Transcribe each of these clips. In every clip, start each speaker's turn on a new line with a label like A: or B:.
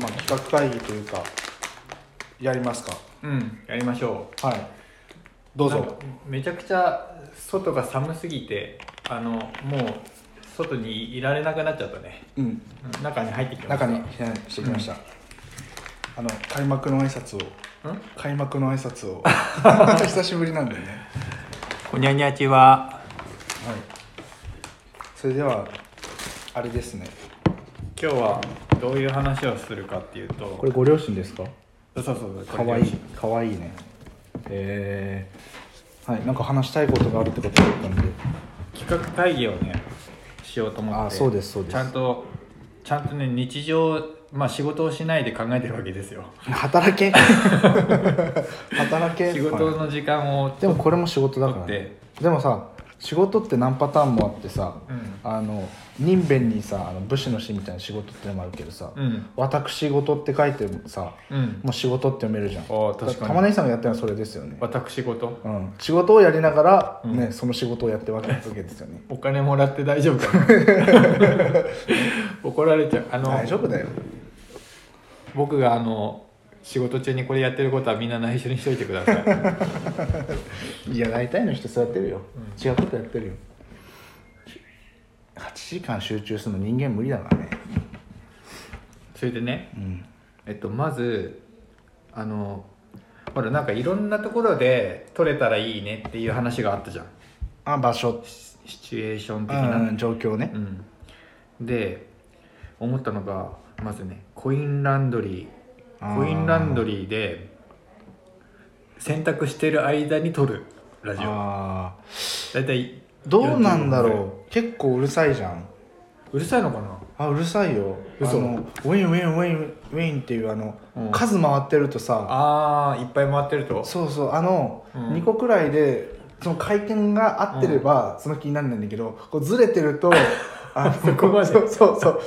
A: まあ、企画会議というかやりますか
B: うんやりましょう
A: はいどう
B: なんか
A: ぞ
B: めちゃくちゃ外が寒すぎてあのもう外にいられなくなっちゃったね
A: うん
B: うん中に入ってきまし
A: 中
B: た
A: に避難してきました、あの開幕の挨拶を
B: うん
A: 開幕の挨拶 を久しぶりなんでね、
B: ほにゃにゃち
A: は
B: は
A: い、それではあれですね
B: 今日はどういう話をするかっていうと
C: これご両親ですか
B: そうそうそう
A: か
B: こ
A: わ
B: れ
A: いいかわいいねえー、はいなんか話したいことがあるってことだったんで
B: 企画会議をねしようと思って
A: あそうですそうです
B: ちゃんとちゃんとね日常まあ仕事をしないで考えてるわけですよ
A: 働け 働け
B: 仕事の時間を、
A: でもこれも仕事だから、
B: だっ
A: ね、でもさ仕事って何パターンもあってさ、
B: うん
A: あの人弁にさあの武士の死みたいな仕事ってのもあるけどさ、
B: うん
A: 私事って書いてもさ
B: うん
A: もう仕事って読めるじゃん
B: ああ確かに
A: だ玉ねぎさんがやってるのはそれですよね、
B: 私事
A: うん、仕事をやりながら、
B: うん
A: ねその仕事をやってわけわけですよね
B: お金もらって大丈夫かな 怒られちゃうあの
A: 大丈夫だよ
B: 僕があの仕事中にこれやってることはみんな内緒にしといてくださ い
A: いや大体の人そうやってるよ、
B: う
A: 違うことやってるよ8時間集中するの人間無理だからね
B: それでね
A: うん
B: えっとまずあのほらなんかいろんなところで取れたらいいねっていう話があったじゃん
A: あ場所
B: シシチュエーション的な、
A: うん状況ね、
B: うん、で思ったのがまずねコインランドリ
A: あ
B: ー
A: ー
B: コインランドリーで洗濯してる間に撮るラジオ
A: ああ
B: 大体
A: どうなんだ
B: 45分
A: ろう結構うるさいじゃん
B: うるさいのかな
A: あうるさいよ
B: 嘘
A: あのウィンウィンウィンウィンっていうあの、
B: うん
A: 数回ってるとさ
B: あーいっぱい回ってると
A: そうそうあの、
B: うん
A: 2個くらいでその回転が合ってれば、その気にならないんだけどこうずれてる とあの
B: そこまで
A: そうそう そう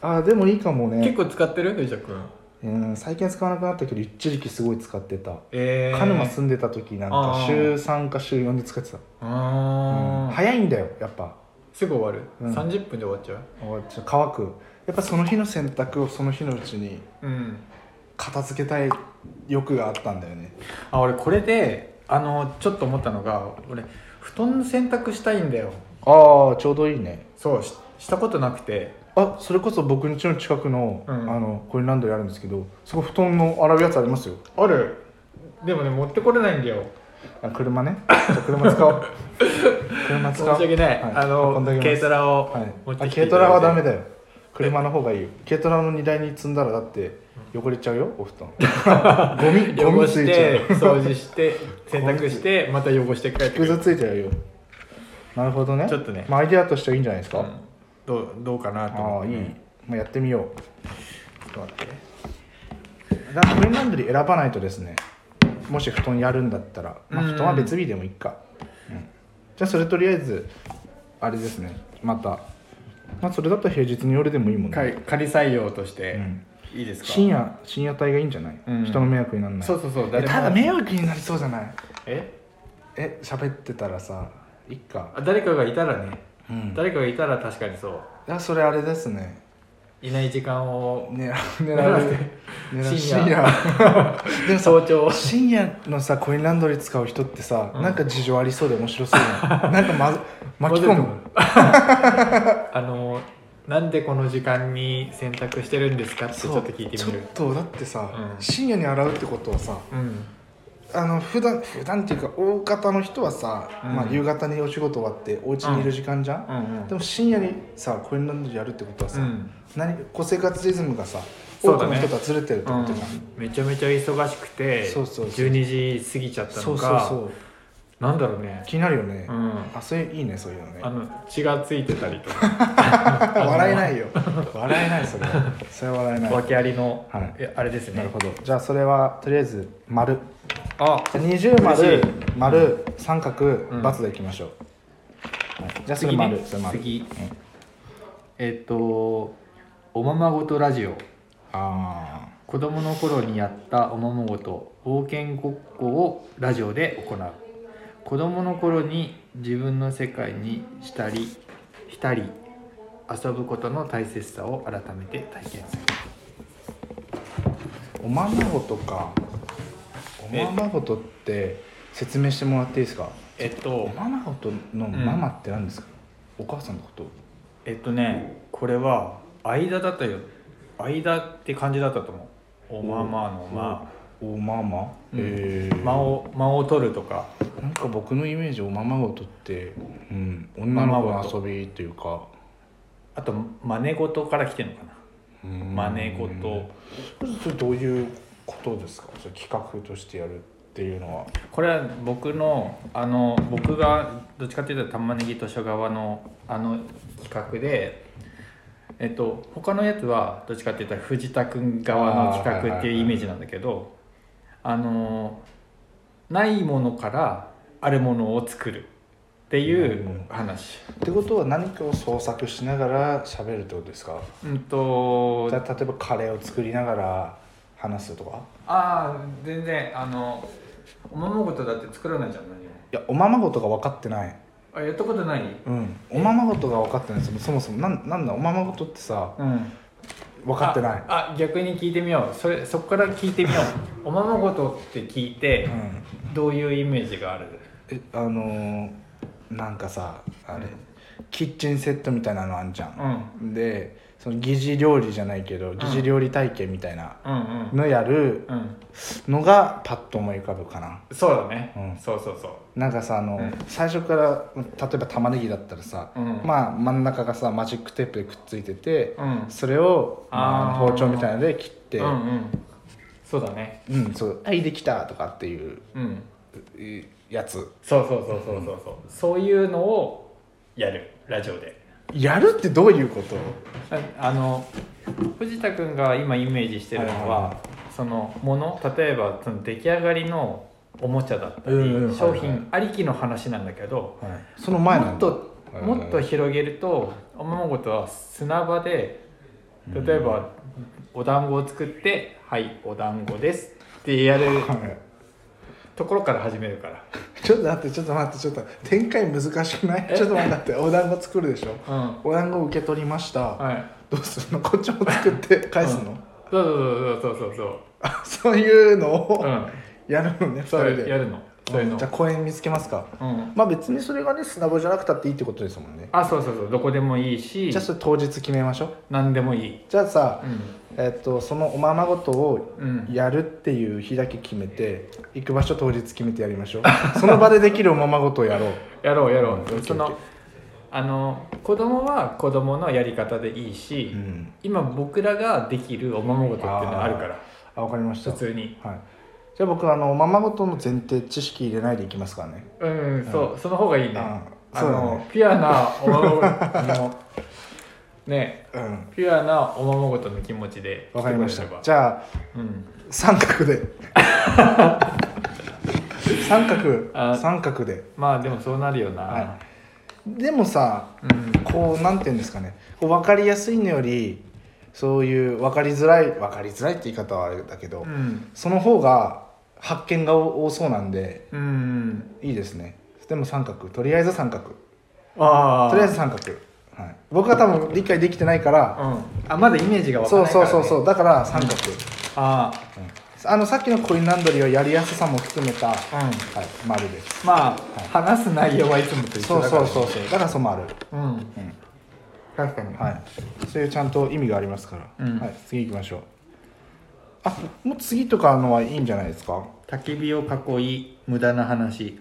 A: あでもいいかも
B: 結
A: ね、
B: 構使ってる藤田君
A: うん、最近使わなくなったけど一時期すごい使ってた、
B: えー、
A: 鹿沼住んでた時なん
B: あ
A: か
B: ー
A: 週3か週4で使ってた、
B: あー、
A: 早いんだよやっぱ
B: すぐ終わる、
A: うん
B: 30分で終わっちゃう
A: おいちょっと乾くやっぱその日の洗濯をその日のうちに
B: うん
A: 片付けたい欲があったんだよね
B: あ俺これであのちょっと思ったのが俺布団の洗濯したいんだよ
A: ああちょうどいいね
B: そうししたことなくて
A: あそれこそ僕ん家の近くの,、
B: うん
A: あのコインランドリーあるんですけどそこ布団の洗うやつありますよ
B: あるでもね持ってこれないんだよ
A: あ車ねじゃあ車使お う車
B: 申し
A: 使おう
B: 訳ない、
A: はい
B: あ
A: 運んであげ
B: の
A: ます
B: 軽トラを
A: はい
B: 持って
A: あ
B: きて
A: 軽ト
B: いただいて
A: ラはダメだよ車の方がいいよ軽トラの荷台に積んだらだって汚れちゃうよお布 団ゴミゴ
B: 汚
A: ミつ
B: し
A: いちゃ
B: て
A: う
B: 掃除して洗濯してまた汚して帰ってく
A: ぐず
B: る、
A: ついちゃうよなるほどね
B: ちょっとね
A: まあ、アイデアとしてはいいんじゃないです
B: う
A: か、
B: ん、どうどうかなと
A: あ
B: 思
A: あ
B: っ
A: い
B: て
A: い、
B: ね、
A: まあ、やってみよ
B: ちょっと待ってね
A: うだコインランドリー選ばないとですねもし布団やるんだったら、まあ、
B: うん
A: 布団は別日でもいいか、うんじゃあそれとりあえずあれですねまた、まあ、それだと平日の夜でもいいもんね、
B: 仮仮採用として、
A: うん
B: いいですか
A: 深夜深夜帯がいいんじゃない、
B: うん
A: 人の迷惑にならない
B: そうそうそう
A: え
B: 誰も
A: ただ迷惑になりそうじゃない
B: え
A: え喋ってたらさいっか、
B: あ誰かがいたらね、
A: うん、
B: 誰かがいたら確かにそう
A: いやそれあれですね
B: いない時間を
A: 狙う狙う狙う深
B: 深夜
A: 夜 でもさ
B: 早朝
A: 深夜のさコインランドリー使う人ってさ、
B: うん
A: なんか事情ありそうで面白そうな なんか、まず、巻き込 む
B: あのなんでこの時間に洗濯してるんですかってちょっと聞いてみ
A: ちょ
B: る
A: っとだってさ、
B: うん
A: 深夜に洗うってことはさ
B: うん
A: あの普段普段っていうか大方の人はさ、
B: うん
A: まあ、夕方にお仕事終わってお家にいる時間じゃ、
B: うんんうん
A: でも深夜にさコインランドリーやるってことはさ、
B: うん
A: 何こう生活リズムがさ
B: そ
A: 多
B: う
A: く
B: だ
A: の
B: ね
A: 人とはずれてるってことじゃん、
B: めちゃめちゃ忙しくて
A: そうそうそう
B: 12時過ぎちゃった
A: そ
B: の
A: うそう
B: か
A: そう
B: なんだろうね、
A: 気になるよね、
B: うん、
A: あそれいいねそういうのね
B: あの血がついてたりとか
A: 笑えないよ笑えないそれはそれは笑えない
B: 訳ありの、
A: はい
B: えあれですね
A: なるほどじゃあそれはとりあえず丸
B: あ
A: じゃあ20丸
B: 嬉し
A: 丸三角
B: ん
A: ×でいきましょう、はい、じゃあそれ
B: 次ね
A: 丸それ丸
B: 次えっ、とおままごとラジオ
A: あ
B: 子供の頃にやったおままごと冒険ごっこをラジオで行う子供の頃に自分の世界にしたり浸り遊ぶことの大切さを改めて体験する
A: あままごとかおままごとって説明してもらっていいですか
B: えっと
A: おままごとのママって何ですか、お母さんのこと
B: えっとねこれは間だったよ間って感じだったと思うおままのま
A: おまま、
B: うん
A: えー
B: 間を間を取るとか
A: なんか僕のイメージおままごとって、うん、女の
B: まま
A: 子
B: ご
A: の遊びというか
B: あと真似事から来てるのかな
A: うん
B: 真似事
A: それどういうことですかそれ企画としてやるっていうのは
B: これは僕のあの僕がどっちかっていうと玉ねぎ図書側のあの企画でえっと他のやつはどっちかっていうと藤田君側の企画っていうイメージなんだけどあのないものからあるものを作るっていう話
A: ってことは何かを創作しながら喋るってことですか
B: うんと
A: じゃあ例えばカレーを作りながら話すとか
B: ああ全然あのおままごとだって作らないじゃん何も
A: いやおままごとが分かってない
B: あやったことない
A: うんおままごとが分かってないそもそもそもなんなんだおままごとってさ
B: うん
A: 分かってない
B: ああ逆に聞いてみようそれそこから聞いてみよ うおままごとって聞いて
A: うん
B: どういうイメージがある
A: えあのーなんかさあれキッチンセットみたいなのあんじゃ、
B: うんん
A: でその疑似料理じゃないけど
B: ん
A: 疑似料理体験みたいな
B: うんうん
A: のやる
B: うん
A: のがパッと思い浮かぶかな
B: そうだね、
A: うん
B: そうそうそ
A: なんかさあの、
B: うん
A: 最初から例えば玉ねぎだったらさ、
B: うん
A: まあ真ん中がさマジックテープでくっついてて、
B: ううん
A: それを、まあ、
B: あー
A: あの包丁みたいなので切って、
B: うんうんそうだね
A: うん、そう「はいできた」とかっていう
B: うん
A: いやつ
B: そうそうそうそうそうそうそういうのをやるラジオで
A: やるってどういうこと
B: ああの藤田君が今イメージしてるのは、
A: はいはい
B: そのもの例えばその出来上がりのおもちゃだったり、
A: うんうん
B: 商
A: はいはい
B: 品ありきの話なんだけど、
A: その前
B: も
A: なん
B: っ
A: だ
B: と
A: はいはい
B: もっと広げるとおままごとは砂場で例えばお団子を作って「はいお団子です」ってやる
A: はい
B: ところから始めるから。
A: ちょっと待ってちょっと待ってちょっと展開難しくないちょっと待ってお団子作るでしょ
B: うん
A: お団子受け取りました、
B: はい、
A: どうするのこっちも作って返すの、
B: そうそうそうそうそうそう
A: あそういうの
B: そう、う
A: を
B: ん、
A: やるのね、二
B: そ
A: 人
B: れや
A: で
B: るのそういうの
A: じゃあ公園見つけますか
B: うん、
A: まあ別にそれがね砂場じゃなくたっていいってことですもんね
B: あそうそうそうどこでもいいし
A: じゃあそれ当日決めましょう
B: 何でもいい
A: じゃあさ
B: う、ん
A: えっとそのおままごとを
B: うん
A: やるっていう日だけ決めて行く場所当日決めてやりましょ うその場でできるおままごとをやろう
B: やろうやろ
A: うんオッケー
B: う、
A: オッケー
B: そのあの子供は子供のやり方でいいし、
A: うん
B: 今僕らができるおままごとっていうのがあるから
A: あわかりました
B: 普通に
A: はい、じゃあ僕あのおままごとの前提知識入れないでいきますからね
B: うんそう、その方がいいね
A: あ
B: あ
A: そうだ
B: の
A: ね
B: ピュアなおままごとあのね
A: うん
B: ピュアなおままごとの気持ちで
A: わかりました
B: 来てくれれば
A: じゃあ
B: うん、
A: 三角 で三角
B: あ
A: 三角で
B: まあでもそうなるよな、
A: はでもさ
B: うん
A: こうなんていうんですかねこう分かりやすいのよりそういう分かりづらい分かりづらいって言い方はあれだけど、
B: うん
A: その方が発見が多そうなんで
B: うん
A: いいですねでも三角とりあえず三角
B: ああ
A: とりあえず三角、はい、僕は多分理解できてないから、
B: うん、あまだイメージがわか
A: そ
B: ら
A: う
B: ないから、
A: そう
B: ね、
A: そうそうだから三角、
B: あ
A: あのさっきのコインランドリーはやりやすさも含めた、はい、
B: あうん
A: 丸です
B: まあ、話す内容はいつもと一
A: そ
B: 緒
A: う
B: だか
A: そ
B: ら
A: うそうそうだからそう丸、
B: う、うん、確かに、
A: はいそういうちゃんと意味がありますから、
B: うん
A: はい、次行きましょうあもう次とかのはいいんじゃないですか
B: 焚き火を囲い無駄な話、
A: うん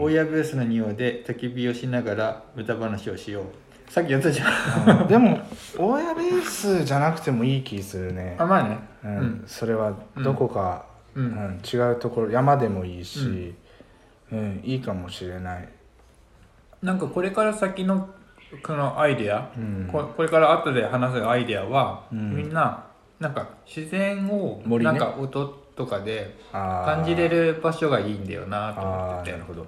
B: 大家ブースの庭で焚き火をしながら無駄話をしようさっきやったじゃん
A: うんでも親ベースじゃなくてもいい気するね
B: あ、まあね
A: うんそれは
B: うん
A: どこか、
B: う、
A: うんん違うところ山でもいいし、うんいいかもしれない、
B: なんかこれから先のこのアイデア、
A: うん
B: ここれから後で話すアイデアは、
A: うん
B: みんななんか自然を
A: 森ね
B: なんか音とかで
A: 感
B: 感じれる場所がいいんだよなと思
A: あ
B: って
A: ー
B: て
A: なるほど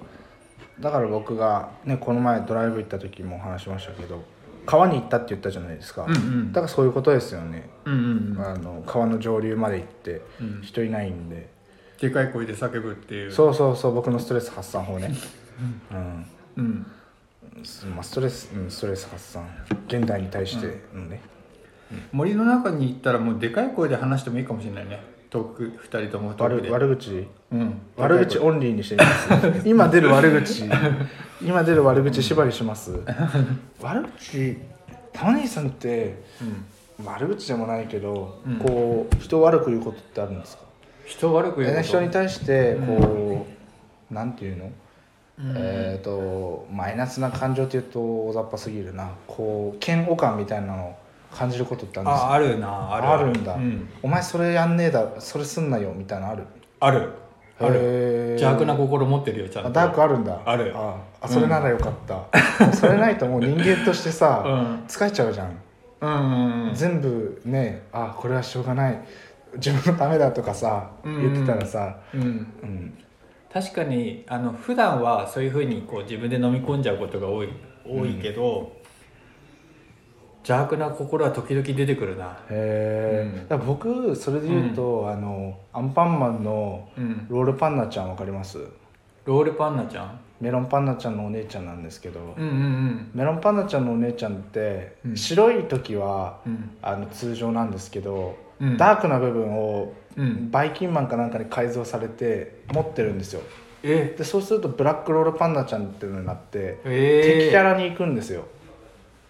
A: だから僕が、ね、この前ドライブ行った時もお話しましたけど川に行ったって言ったじゃないですか、
B: うんうん
A: だからそういうことですよね、
B: うんうんうん
A: あの川の上流まで行って
B: うん
A: 人いないんで、
B: でかい声で叫ぶっていう
A: そうそうそう僕のストレス発散法ねうん、
B: うん
A: すまあ、ストレス、うん、ストレス発散現代に対してのね、
B: 森の中に行ったらもうでかい声で話してもいいかもしれないね遠く2人とも遠くで
A: 悪悪口
B: うん
A: 悪口オンリーにしてみ ます今出る悪口今出る悪口縛りします 悪口谷井さんって
B: うん
A: 悪口でもないけど、
B: うん
A: こう人を悪く言うことってあるんですか
B: 人を悪く言うこと
A: 人に対してこう、なんていうの、
B: うん
A: えっ、とマイナスな感情っていうと大雑把すぎるなこう嫌悪感みたいなのを感じることってあるんです
B: あ
A: か
B: あるなある
A: あるんだ、
B: うん、
A: お前それやんねえだそれすんなよみたいなのある
B: あるある
A: る
B: 邪悪な心持ってるよちゃんと
A: あダークあるんだ
B: ある
A: ああそれならよかった、それないともう人間としてさ、
B: うん
A: 疲れちゃうじゃん、
B: うん
A: 全部ねあこれはしょうがない自分のためだとかさ
B: うん
A: 言ってたらさ、
B: うん
A: うん
B: 確かにあの普段はそういうふうにこう自分で飲み込んじゃうことが多い多いけど、邪悪な心は時々出てくるな
A: へえ、
B: うん
A: だから僕それで言うと、あのアンパンマンの
B: うん
A: ロールパンナちゃんわかります
B: ロールパンナちゃん
A: メロンパンナちゃんのお姉ちゃんなんですけど、
B: うんうん
A: メロンパンナちゃんのお姉ちゃんって、
B: うん
A: 白い時は
B: うん
A: あの通常なんですけど、
B: うん
A: ダークな部分を
B: うん
A: バイキンマンかなんかに改造されて持ってるんですよ
B: え
A: でそうするとブラックロールパンダちゃんっていうのになって、
B: え
A: 敵キャラに行くんですよ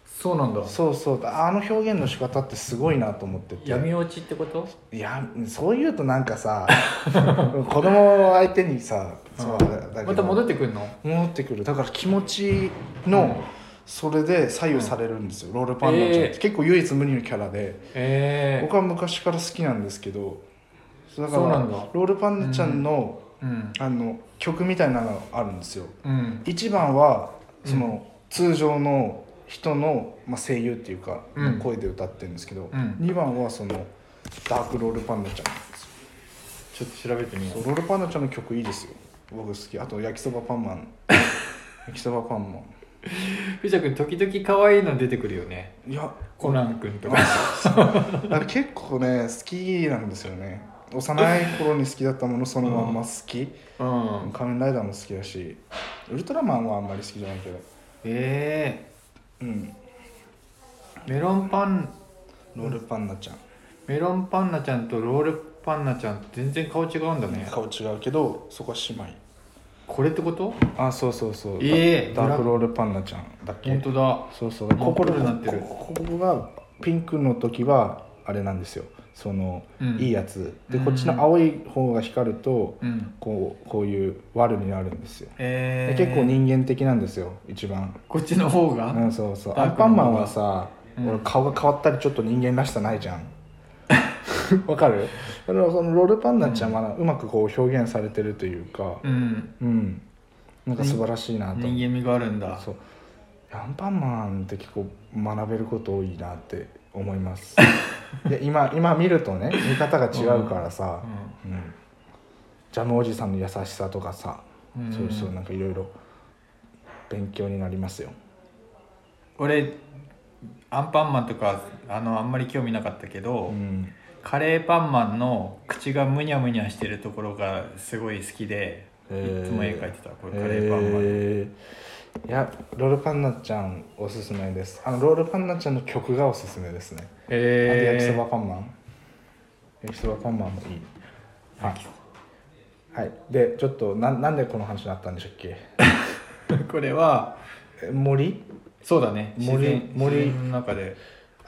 B: そうなんだ
A: そうそうあの表現の仕方ってすごいなと思ってて
B: 闇落ちってこと
A: いやそう言うとなんかさ 子供を相手にさそうだだけど
B: また戻ってくるの
A: 戻ってくるだから気持ちのそれで左右されるんですよ、ロールパンダちゃんって、
B: えー
A: 結構唯一無二のキャラで
B: ええ
A: 僕は昔から好きなんですけどだか
B: そうな
A: ら
B: んだ
A: ロールパンダちゃんの、
B: うん
A: あの曲みたいなのがあるんですよ
B: うん
A: 一番はその、通常の人の、まあ、声優っていうか、
B: うん
A: 声で歌ってるんですけど、
B: うん
A: 二番はそのダークロールパンダちゃんなんですよ
B: ちょっと調べてみよ
A: そうロールパンダちゃんの曲いいですよ僕好きあと焼きそばパンマ ン焼きそばパンマン
B: ふじゃくん時々可愛いの出てくるよね
A: い や
B: コナンくんとか
A: あだから結構ね好きなんですよね幼い頃に好きだったものそのまんま好き、
B: うん
A: 仮面ライダーも好きだしウルトラマンはあんまり好きじゃないけど
B: え
A: うん
B: えメロンパン
A: ロールパンナちゃん、
B: メロンパンナちゃんとロールパンナちゃん全然顔違うんだね
A: 顔違うけどそこは姉妹
B: これってこと
A: あそうそうそう
B: ええ
A: ダダークロールパンナちゃんだっけ
B: 本当だ
A: そうそう
B: 真っ
A: ここ
B: 黒になってる
A: ここここがピンクの時はあれなんですよその、
B: うん
A: いいやつで
B: うん
A: こっちの青い方が光ると、
B: うん
A: こうこういう悪になるんですよ、
B: え
A: で
B: え
A: 結構人間的なんですよ一番
B: こっちの方が、
A: うんそうそうア
B: ダー
A: ン
B: クの
A: パ
B: 方が
A: ンマンはさ、
B: うん
A: 俺顔が変わったりちょっと人間らしさないじゃんわかるそのそのロールパンナちゃんはうまくこう表現されてるというか
B: うん
A: うん、なんか素晴らしいなと思って
B: 人間味があるんだ
A: そうアンパンマンって結構学べること多いなって思います いや今今見るとね見方が違うからさ、うんジャムおじさんの優しさとかさ、
B: うん
A: そうそうなんかいろいろ勉強になりますよ
B: 俺アンパンマンとかあのあんまり興味なかったけど、
A: うん
B: カレーパンマンの口がむにゃむにゃしてるところがすごい好きで
A: へー
B: いつも絵描いてたこれカレーパンマン、
A: えーいやロールパンナちゃんおすすめですあのロールパンナちゃんの曲がおすすめですね、あと焼きそばパンマン焼きそばパンマンもいい
B: あ
A: はい、でちょっとななんでこの話になったんでしたっけ
B: これは
A: え森
B: そうだね
A: 森
B: 自然
A: 森
B: 自然の中で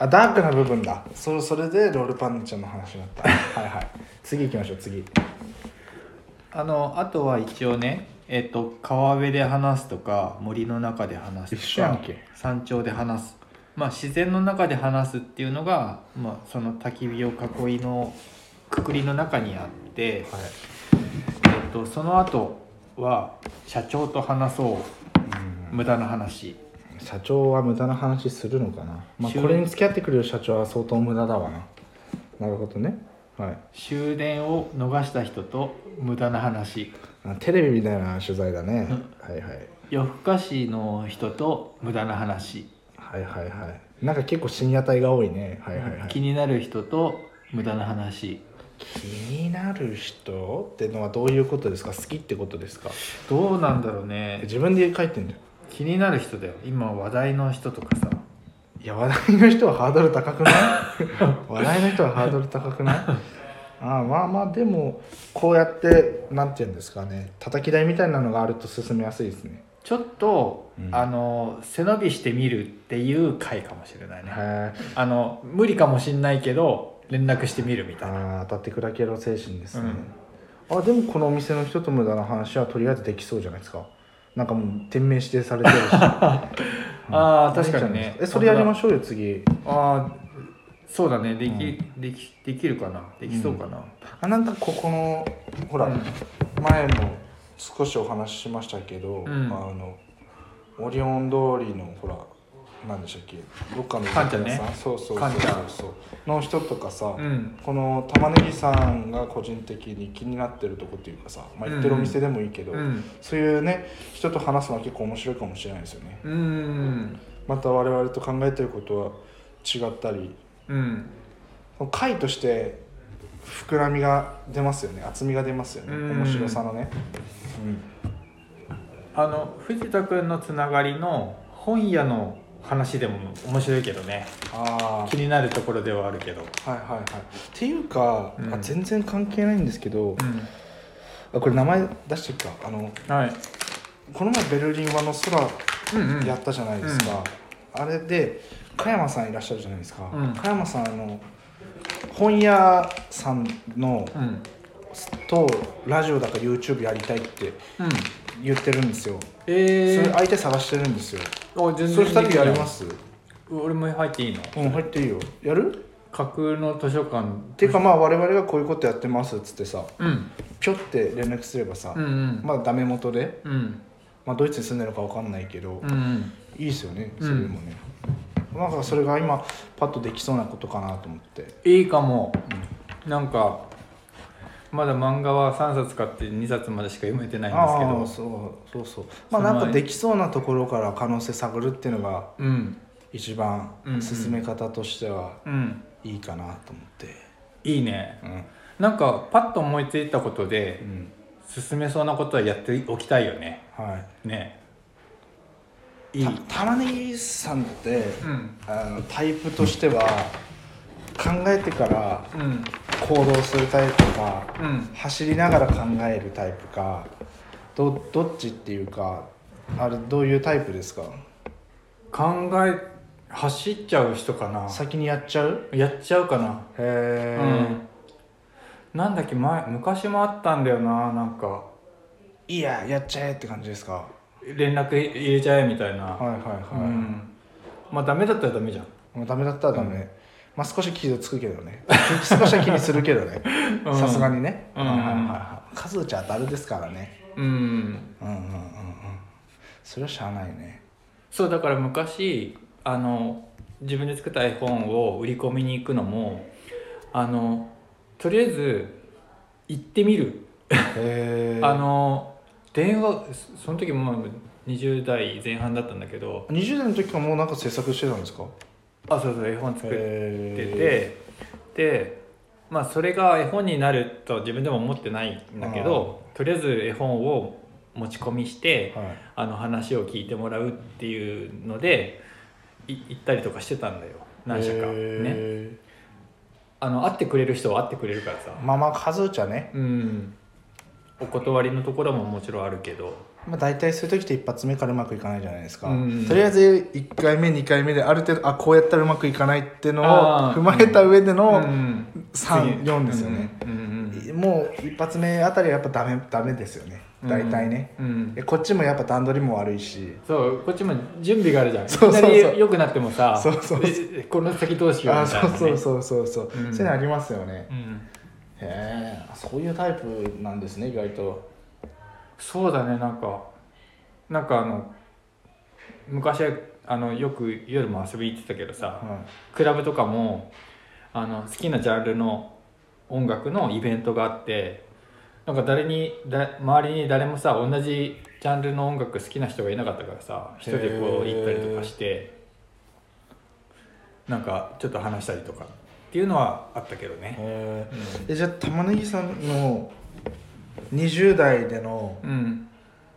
A: あダークな部分だそそれでロールパンちゃんの話になったはいはい次行きましょう次
B: あのあとは一応ねえっ、と川辺で話すとか森の中で話すとか
A: 一緒やんけ
B: 山頂で話すまあ自然の中で話すっていうのが、まあ、その焚き火を囲いのくくりの中にあって、
A: はい
B: えっとその後は社長と話そう無駄な話
A: 社長は無駄な話するのかな、まあ、
B: 収
A: これに付き合ってくれる社長は相当無駄だわななるほどねはい
B: 終電を逃した人と無駄な話
A: あテレビみたいな取材だね、はいはい
B: 夜更かしの人と無駄な話、
A: はいはいはいなんか結構深夜帯が多いねはいはいはい
B: 気になる人と無駄な話
A: 気になる人ってのはどういうことですか好きってことですか
B: どうなんだろうね
A: 自分で書いてんじゃん
B: 気になる人だよ今話題の人とかさ
A: いや話題の人はハードル高くない話題の人はハードル高くないああまあまあでもこうやってなんていうんですかね叩き台みたいなのがあると進めやすいですね
B: ちょっと、
A: うん
B: あの背伸びしてみるっていう回かもしれないね、
A: へえ
B: あの無理かもしんないけど連絡してみるみたいな
A: ああ当たって砕けろ精神ですね、あでもこのお店の人と無駄な話はとりあえずできそうじゃないですかなんかもう店名指定されてるし
B: ああ確かに
A: いいじゃないです
B: ね
A: えそれやりま
B: ょ
A: しょうよ次
B: うああそうだねでき,、できできるかなできそうかな、
A: あなんかここのほら、
B: うん
A: 前も少しお話ししましたけど、
B: ん
A: あのオリオン通りのほら何でしたっけどっかの
B: カンちゃんね
A: 居酒屋さそうそうそ
B: カ
A: う
B: ンちゃん
A: そうの人とかさ、
B: うん
A: この玉ねぎさんが個人的に気になってるとこっていうかさ、まあ、行ってるお店でもいいけど、
B: うん
A: そういうね人と話すのは結構面白いかもしれないですよね
B: うん
A: また我々と考えてることは違ったり
B: うん
A: 回として膨らみが出ますよね厚みが出ますよね
B: うん
A: 面白さのね、
B: あの藤田君のつながりの本屋の話でも面白いけどね
A: あ
B: 気になるところではあるけど、
A: あはいはいはいっていうか、
B: うん
A: あ全然関係ないんですけど、あこれ名前出していくかあの
B: はい、
A: この前ベルリンはの空
B: うんうん、
A: やったじゃないですか、あれで加山さんいらっしゃるじゃないですか、
B: うん
A: 加山さんあの本屋さんの
B: うん
A: とラジオだか YouTube やりたいって
B: うん
A: 言ってるんですよ、そ
B: え
A: れ
B: ー、
A: 相手探してるんですよ
B: あ全
A: それ2
B: でき
A: 人
B: な
A: や
B: い
A: ります
B: 俺も入っていいの
A: うん入っていいよやる
B: 架空の図書館
A: っていうかまあ我々がこういうことやってますっつってさ
B: うん
A: ぴょって連絡すればさ、
B: うんうん
A: まあダメ元で、
B: うん
A: まあ、ドイツに住んでるのかわかんないけど、
B: うんうん
A: いいですよねそれでもね、なんかそれが今パッとできそうなことかなと思って
B: いいかも、なんかまだ漫画は3冊買って2冊までしか読めてない
A: あ
B: ん
A: あ
B: ですけ
A: そうそうそうまあ
B: その
A: なんかできそうなところから可能性探るっていうのが
B: どうん
A: 一番
B: うんうん
A: 進め方としては
B: うん
A: いいかなと思って
B: いいね
A: うん、
B: なんかパッと思いついたことで
A: うん
B: 進めそうなことはやっておきたいよね
A: は
B: ね
A: い
B: いい
A: た玉ねぎさんって
B: うん
A: あのタイプとしては考えてから
B: うん
A: 行動するタイプか
B: うん
A: 走りながら考えるタイプかどどっちっていうかあれどういうタイプですか
B: 考え走っちゃう人かな
A: 先にやっちゃう
B: やっちゃうかな
A: へえ
B: うんなんだっけ前昔もあったんだよななんか
A: いいややっちゃえって感じですか
B: 連絡入れちゃえみたいな、
A: はいはいはい、
B: うんまあダメだったらダメじゃん
A: もうダメだったらダメ、まあ少し傷つくけどね少しは気にするけどね
B: うん
A: さすがにね、
B: うん
A: はいはいはいはい数打ち当たるですからね
B: うん
A: うんうんうんうんそれはしゃあないね
B: そうだから昔あの自分で作った iPhone を売り込みに行くのもあのとりあえず行ってみる、
A: へえ
B: あの電話そその時もまあ20代前半だったんだけど
A: 20代の時はもうなんか制作してたんですか
B: あそうそう iPhone 作って
A: へ
B: っててでまあそれが絵本になると自分でも思ってないんだけどとりあえず絵本を持ち込みして
A: はい、
B: あの話を聞いてもらうっていうのでい行ったりとかしてたんだよ何社かね
A: へ
B: あの会ってくれる人は会ってくれるからさ
A: ーまあまあ数打ちはね、
B: うんお断りのところももちろんあるけど
A: まあ、大体そういう時って一発目からうまくいかないじゃないですか、
B: うん
A: とりあえず1回目2回目である程度あこうやったらうまくいかないっていうのを
B: あー
A: 踏まえた上での、
B: うん次
A: 34ですよね、
B: うんうん
A: もう一発目あたりはやっぱダメダメですよね
B: うん
A: 大体ね、
B: うん
A: でこっちもやっぱ段取りも悪いし
B: そうこっちも準備があるじゃん
A: そうそうそう
B: いきなり良くなってもさ
A: そうそうそう
B: えこの先どうしよう
A: あ
B: みたいな、
A: そう
B: ね、
A: そうそうそうそう、
B: うん
A: そういうのありますよね、
B: うん、
A: へえそういうタイプなんですね意外と
B: そうだねなんかなんかあの昔あのよく夜も遊びに行ってたけどさ
A: は
B: クラブとかもあの好きなジャンルの音楽のイベントがあってなんか誰にだ周りに誰もさ同じジャンルの音楽好きな人がいなかったからさ一人でこう
A: へー
B: 行ったりとかしてなんかちょっと話したりとかっていうのはあったけど
A: い
B: ね
A: へええじゃあ玉ねぎさんの20代での
B: うん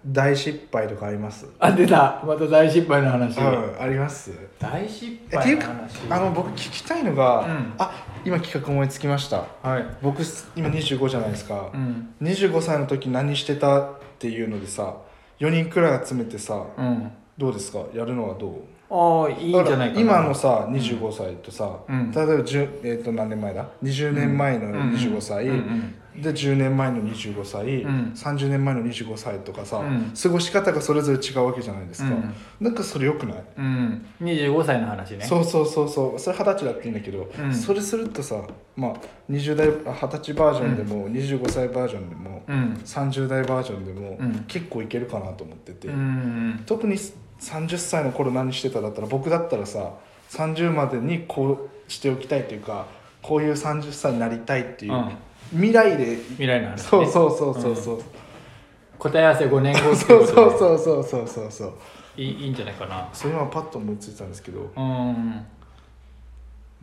A: 大失敗とかあります
B: あ出たまた大失敗の話、
A: うんあります
B: 大失
A: えってい
B: 敗
A: う
B: の
A: か
B: 話
A: あの僕聞きたいのが、
B: うん
A: あ今企画思いつきました
B: はい
A: 僕今25じゃないですか
B: う、ん
A: 25歳の時何してたっていうのでさ4人くらい集めてさ
B: うん
A: どうですかやるのはどう
B: ああいいんじゃないかな
A: 今のさ25歳とさ、
B: うん
A: 例えば10、えー、と何年前だ20年前の25歳、
B: うんうん
A: で10年前の25歳、
B: うん
A: 30年前の25歳とかさ、
B: うん
A: 過ごし方がそれぞれ違うわけじゃないですか、
B: うん
A: なんかそれよくない、
B: うん、25歳の話ね
A: そうそうそうそうそれ二十歳だっていいんだけど、
B: うん
A: それするとさまあ20代あ二十歳バージョンでも、25歳バージョンでも、
B: うん
A: 30代バージョンでも、
B: うん
A: 結構いけるかなと思ってて、
B: うん
A: 特に30歳の頃何してただったら僕だったらさ30までにこうしておきたいというかこういう30歳になりたいっていう、
B: うん
A: 未来で
B: 未来の話、ね、
A: そうそうそうそうそう、
B: 答え合わせ5年後って
A: そ
B: いうことで
A: そうそうそうそうそうそう
B: いいいいんじゃないかな
A: それ今パッと思いついたんですけど
B: うん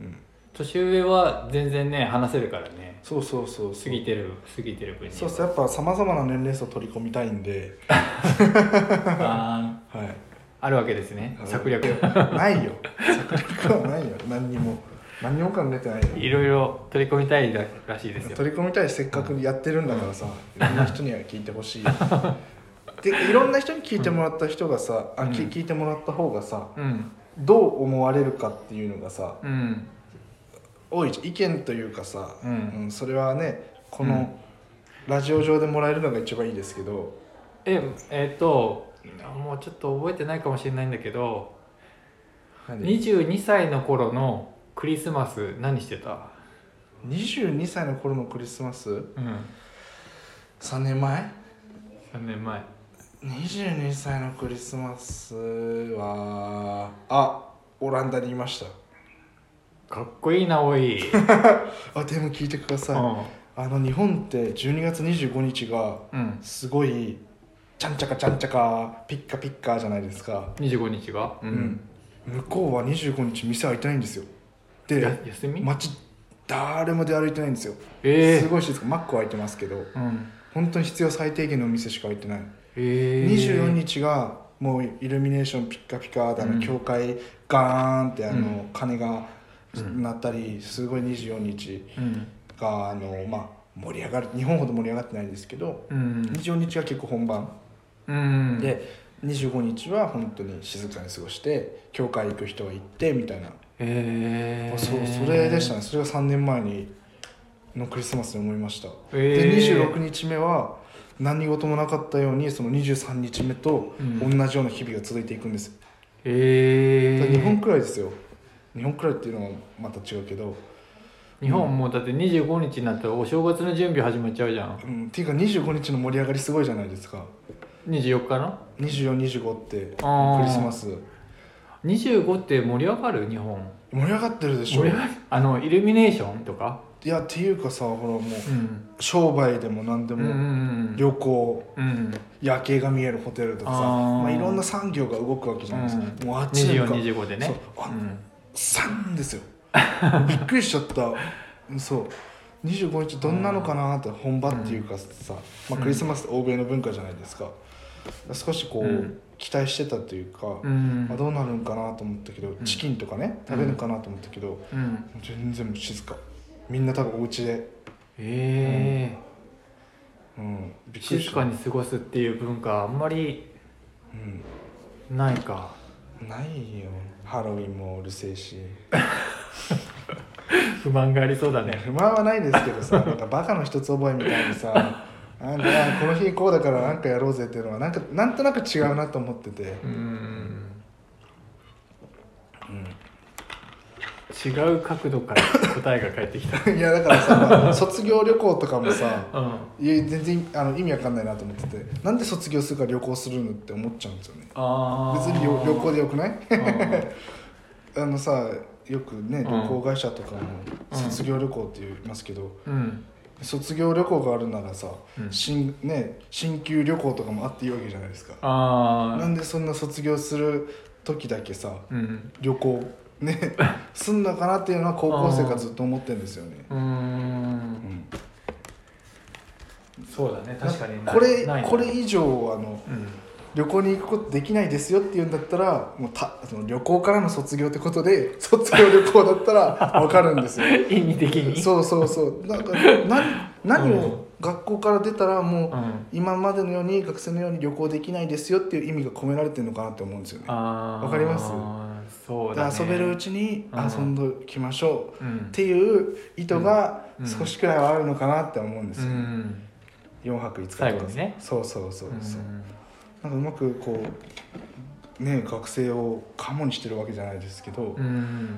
A: うん
B: 年上は全然ね話せるからね
A: そうそうそうそう
B: 過ぎてる過ぎてる分に
A: そうそうやっぱさまざまな年齢層取り込みたいんで
B: あ
A: はい
B: ーあるわけですね策略
A: ないよ 策略はないよ何にも何にも考えてないよ
B: いろいろ取り込みたいらしいですよ
A: 取り込みたいしせっかくやってるんだからさ、いろんな人には聞いてほしいでいろんな人に聞いてもらった人がさ、あき
B: うん
A: 聞いてもらった方がさ
B: うん
A: どう思われるかっていうのがさ
B: うん
A: 多い意見というかさ、
B: うん
A: うんそれはねこ
B: う
A: の
B: ん
A: ラジオ上でもらえるのが一番いいですけど、
B: ええっともうちょっと覚えてないかもしれないんだけど
A: 何
B: 22歳の頃のクリスマス何してた
A: 22歳の頃のクリスマス
B: うん
A: 3年前
B: 3年前
A: 22歳のクリスマスはあオランダにいました
B: かっこいいなおい、
A: あでも聞いてくだ
B: う
A: さい、
B: ん
A: あの日本って12月25日が
B: うん、
A: すごいちゃんちゃかちゃんちゃかピッカピッカじゃないですか、
B: 25日が、う
A: う、向こうは25日店開いてないんですよ
B: や
A: で
B: 休み、
A: 街誰も出歩いてないんですよ、
B: ええ
A: すごい静かマックは開いてますけど
B: うん
A: 本当に必要最低限のお店しか開いてない、
B: ええ
A: 24日がもうイルミネーションピッカピカであの、
B: うん
A: 教会ガーンってあの、
B: う
A: 鐘が
B: うん
A: 鳴ったりすごい24日
B: うん
A: があのまあ盛り上がる日本ほど盛り上がってないんですけど
B: うん
A: 24日は結構本番、
B: うん
A: で25日は本当に静かに過ごして教会行く人が行ってみたいな、
B: ええ
A: そうそれでしたねそれが3年前にのクリスマスに思いました、
B: え
A: で
B: ー
A: 26日目は何事もなかったようにその23日目と
B: うん
A: 同じような日々が続いていくんですよ、
B: え
A: だ
B: え
A: から日本くらいですよ日本くらいっていうのはまた違うけど、
B: 日本もうだって25日になったらお正月の準備始まっちゃうじゃん
A: うん、っていうか25日の盛り上がりすごいじゃないですか
B: 24日の
A: 2425ってクリス
B: あー
A: マス
B: 25って盛り上がる日本
A: 盛り上がってるでし
B: 盛
A: ょ
B: り上がるあのイルミネーションとか
A: いやっていうかさほらもう
B: うん
A: 商売でも何で
B: うんうん
A: も
B: うん
A: 旅行
B: うん
A: 夜景が見えるホテルとかさ
B: あー
A: まあ、いろんな産業が動くわけじゃないですか、
B: うん
A: もうあっちなんか
B: 2425で
A: そ
B: ね
A: うあ
B: うん
A: 3です よびっくりしちゃったそう25日どんなのかなって本場っていうかさ、まあ、クリスマスって欧米の文化じゃないですか少しこう、
B: うん
A: 期待してたというか、
B: うん
A: まあ、どうなるんかなと思ったけど、
B: ん
A: チキンとかね食べるのかなと思ったけど、
B: うん
A: 全然静かみんな多分お家で、
B: ええ
A: うん、びっくり
B: 静
A: し
B: か
A: た、
B: に過ごすっていう文化あんまり
A: うん、
B: ないか
A: ないよハロウィンもうるせえし
B: 不満がありそうだね
A: 不満はないですけどさなん かバカの一つ覚えみたいにさ なんかあこの日こうだからなんかやろうぜっていうのはなんかなんとなく違うなと思ってて、
B: うん
A: う
B: 違う角度から答えが返ってきた
A: ん、 いやだからさ卒業旅行とかもさ
B: うん
A: いや全然あの意味わかんないなと思っててなんで卒業するから旅行するのって思っちゃうんですよね
B: あ
A: 別に旅旅行でよくない
B: で
A: あのさよくね
B: うん
A: 旅行会社とかも
B: うん
A: 卒業旅行って言いますけど、
B: うん
A: 卒業旅行があるならさ、
B: うん
A: 新ね新旧旅行とかもあっていいわけじゃないですか
B: あ
A: な
B: あ
A: んでそんな卒業する時だけさ
B: うん
A: 旅行 ねすんのかなっていうのは高校生がずっと思ってるんですよね
B: うーんそうだね確かに
A: これ
B: ない
A: これ以上あの
B: うん
A: 旅行に行くことできないですよって言うんだったらもうたその旅行からの卒業ってことで卒業旅行だったら分かるんですよ
B: 意味的に
A: そうそうそうなんかな何を学校から出たらもう、
B: ん、
A: 今までのように学生のように旅行できないですよっていう意味が込められてるのかなって思うんですよね
B: あー
A: わかります
B: そうだ、
A: だ
B: ね、
A: から遊べるうちに遊んどきましょ
B: う
A: うっ
B: ん、
A: ていう意図が
B: うん
A: 少しくらいはあるのかなって思うんです
B: う
A: よ、
B: ん、
A: 4泊5日とか
B: 最後にね
A: そうそうそう
B: うん
A: そう、なんかうまくこうね学生をカモにしてるわけじゃないですけど
B: う、ん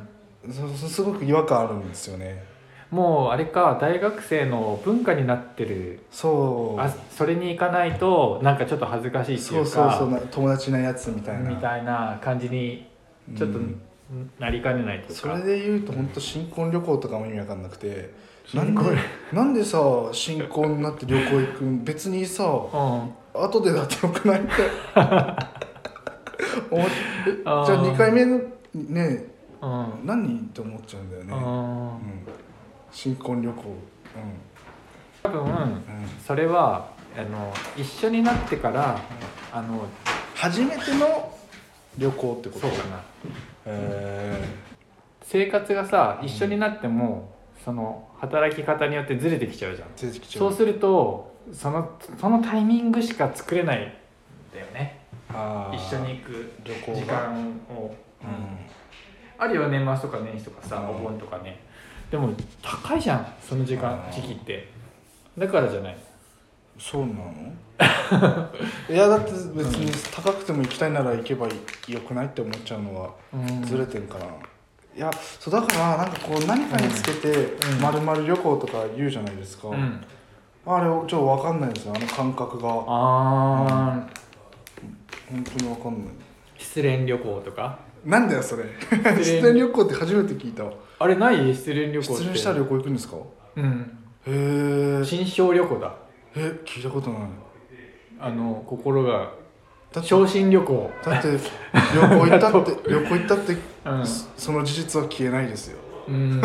A: そそすごく違和感あるんですよね
B: もうあれか大学生の文化になってる
A: そう
B: あそれに行かないとなんかちょっと恥ずかしいってい
A: そうう
B: か
A: そうそうな友達なやつみたいな
B: みたいな感じにちょっと
A: うん
B: なりかねないという
A: そ
B: か、
A: れで言うと本当新婚旅行とかも意味わかんなくてなん
B: 新
A: で
B: 婚
A: なんでさ新婚になって旅行行くん別にさ
B: うん
A: 後でだってよくないって 思っえじゃ
B: あ
A: あ
B: ー
A: 2回目のね
B: うん
A: 何って思っちゃうんだよ
B: う
A: ね、うんん、新婚旅行
B: 多分
A: うん、うん、
B: それはあの一緒になってからあの
A: 初めての旅行ってこと
B: そうかな
A: え
B: 生活がさ一緒になってもその働き方によってずれてきちゃうじゃん
A: ー、出てきちゃ
B: そうするとそのそのタイミングしか作れないんだよね
A: あー
B: 一緒に行く
A: 旅行が
B: 時間
A: う
B: を、うん
A: ん
B: あるよ年末とか年始とかさ
A: うん
B: お盆とかねでも高いじゃんその時間
A: うん
B: 時期ってだからじゃない
A: そうなの いやだって別に高くても行きたいなら行けばよくないって思っちゃうのは
B: うん
A: ずれてるかな、いやそうだからなんかこう何かにつけて
B: うん
A: まるまる旅行とか言うじゃないですか、
B: うん
A: あれちょっと分かんないですよあの感覚が本
B: あー
A: 当に分かんない
B: 失恋旅行とか
A: なんだよそれ 失恋旅行って初めて聞いた
B: あれない失恋旅行って
A: 失恋したら旅行行くんですか
B: うん
A: へー
B: 新商旅行だ
A: え聞いたことない
B: あの心が
A: だって
B: 昇進旅行
A: だって旅行行った って旅行行ったって、
B: うん
A: そその事実は消えないですよ
B: うん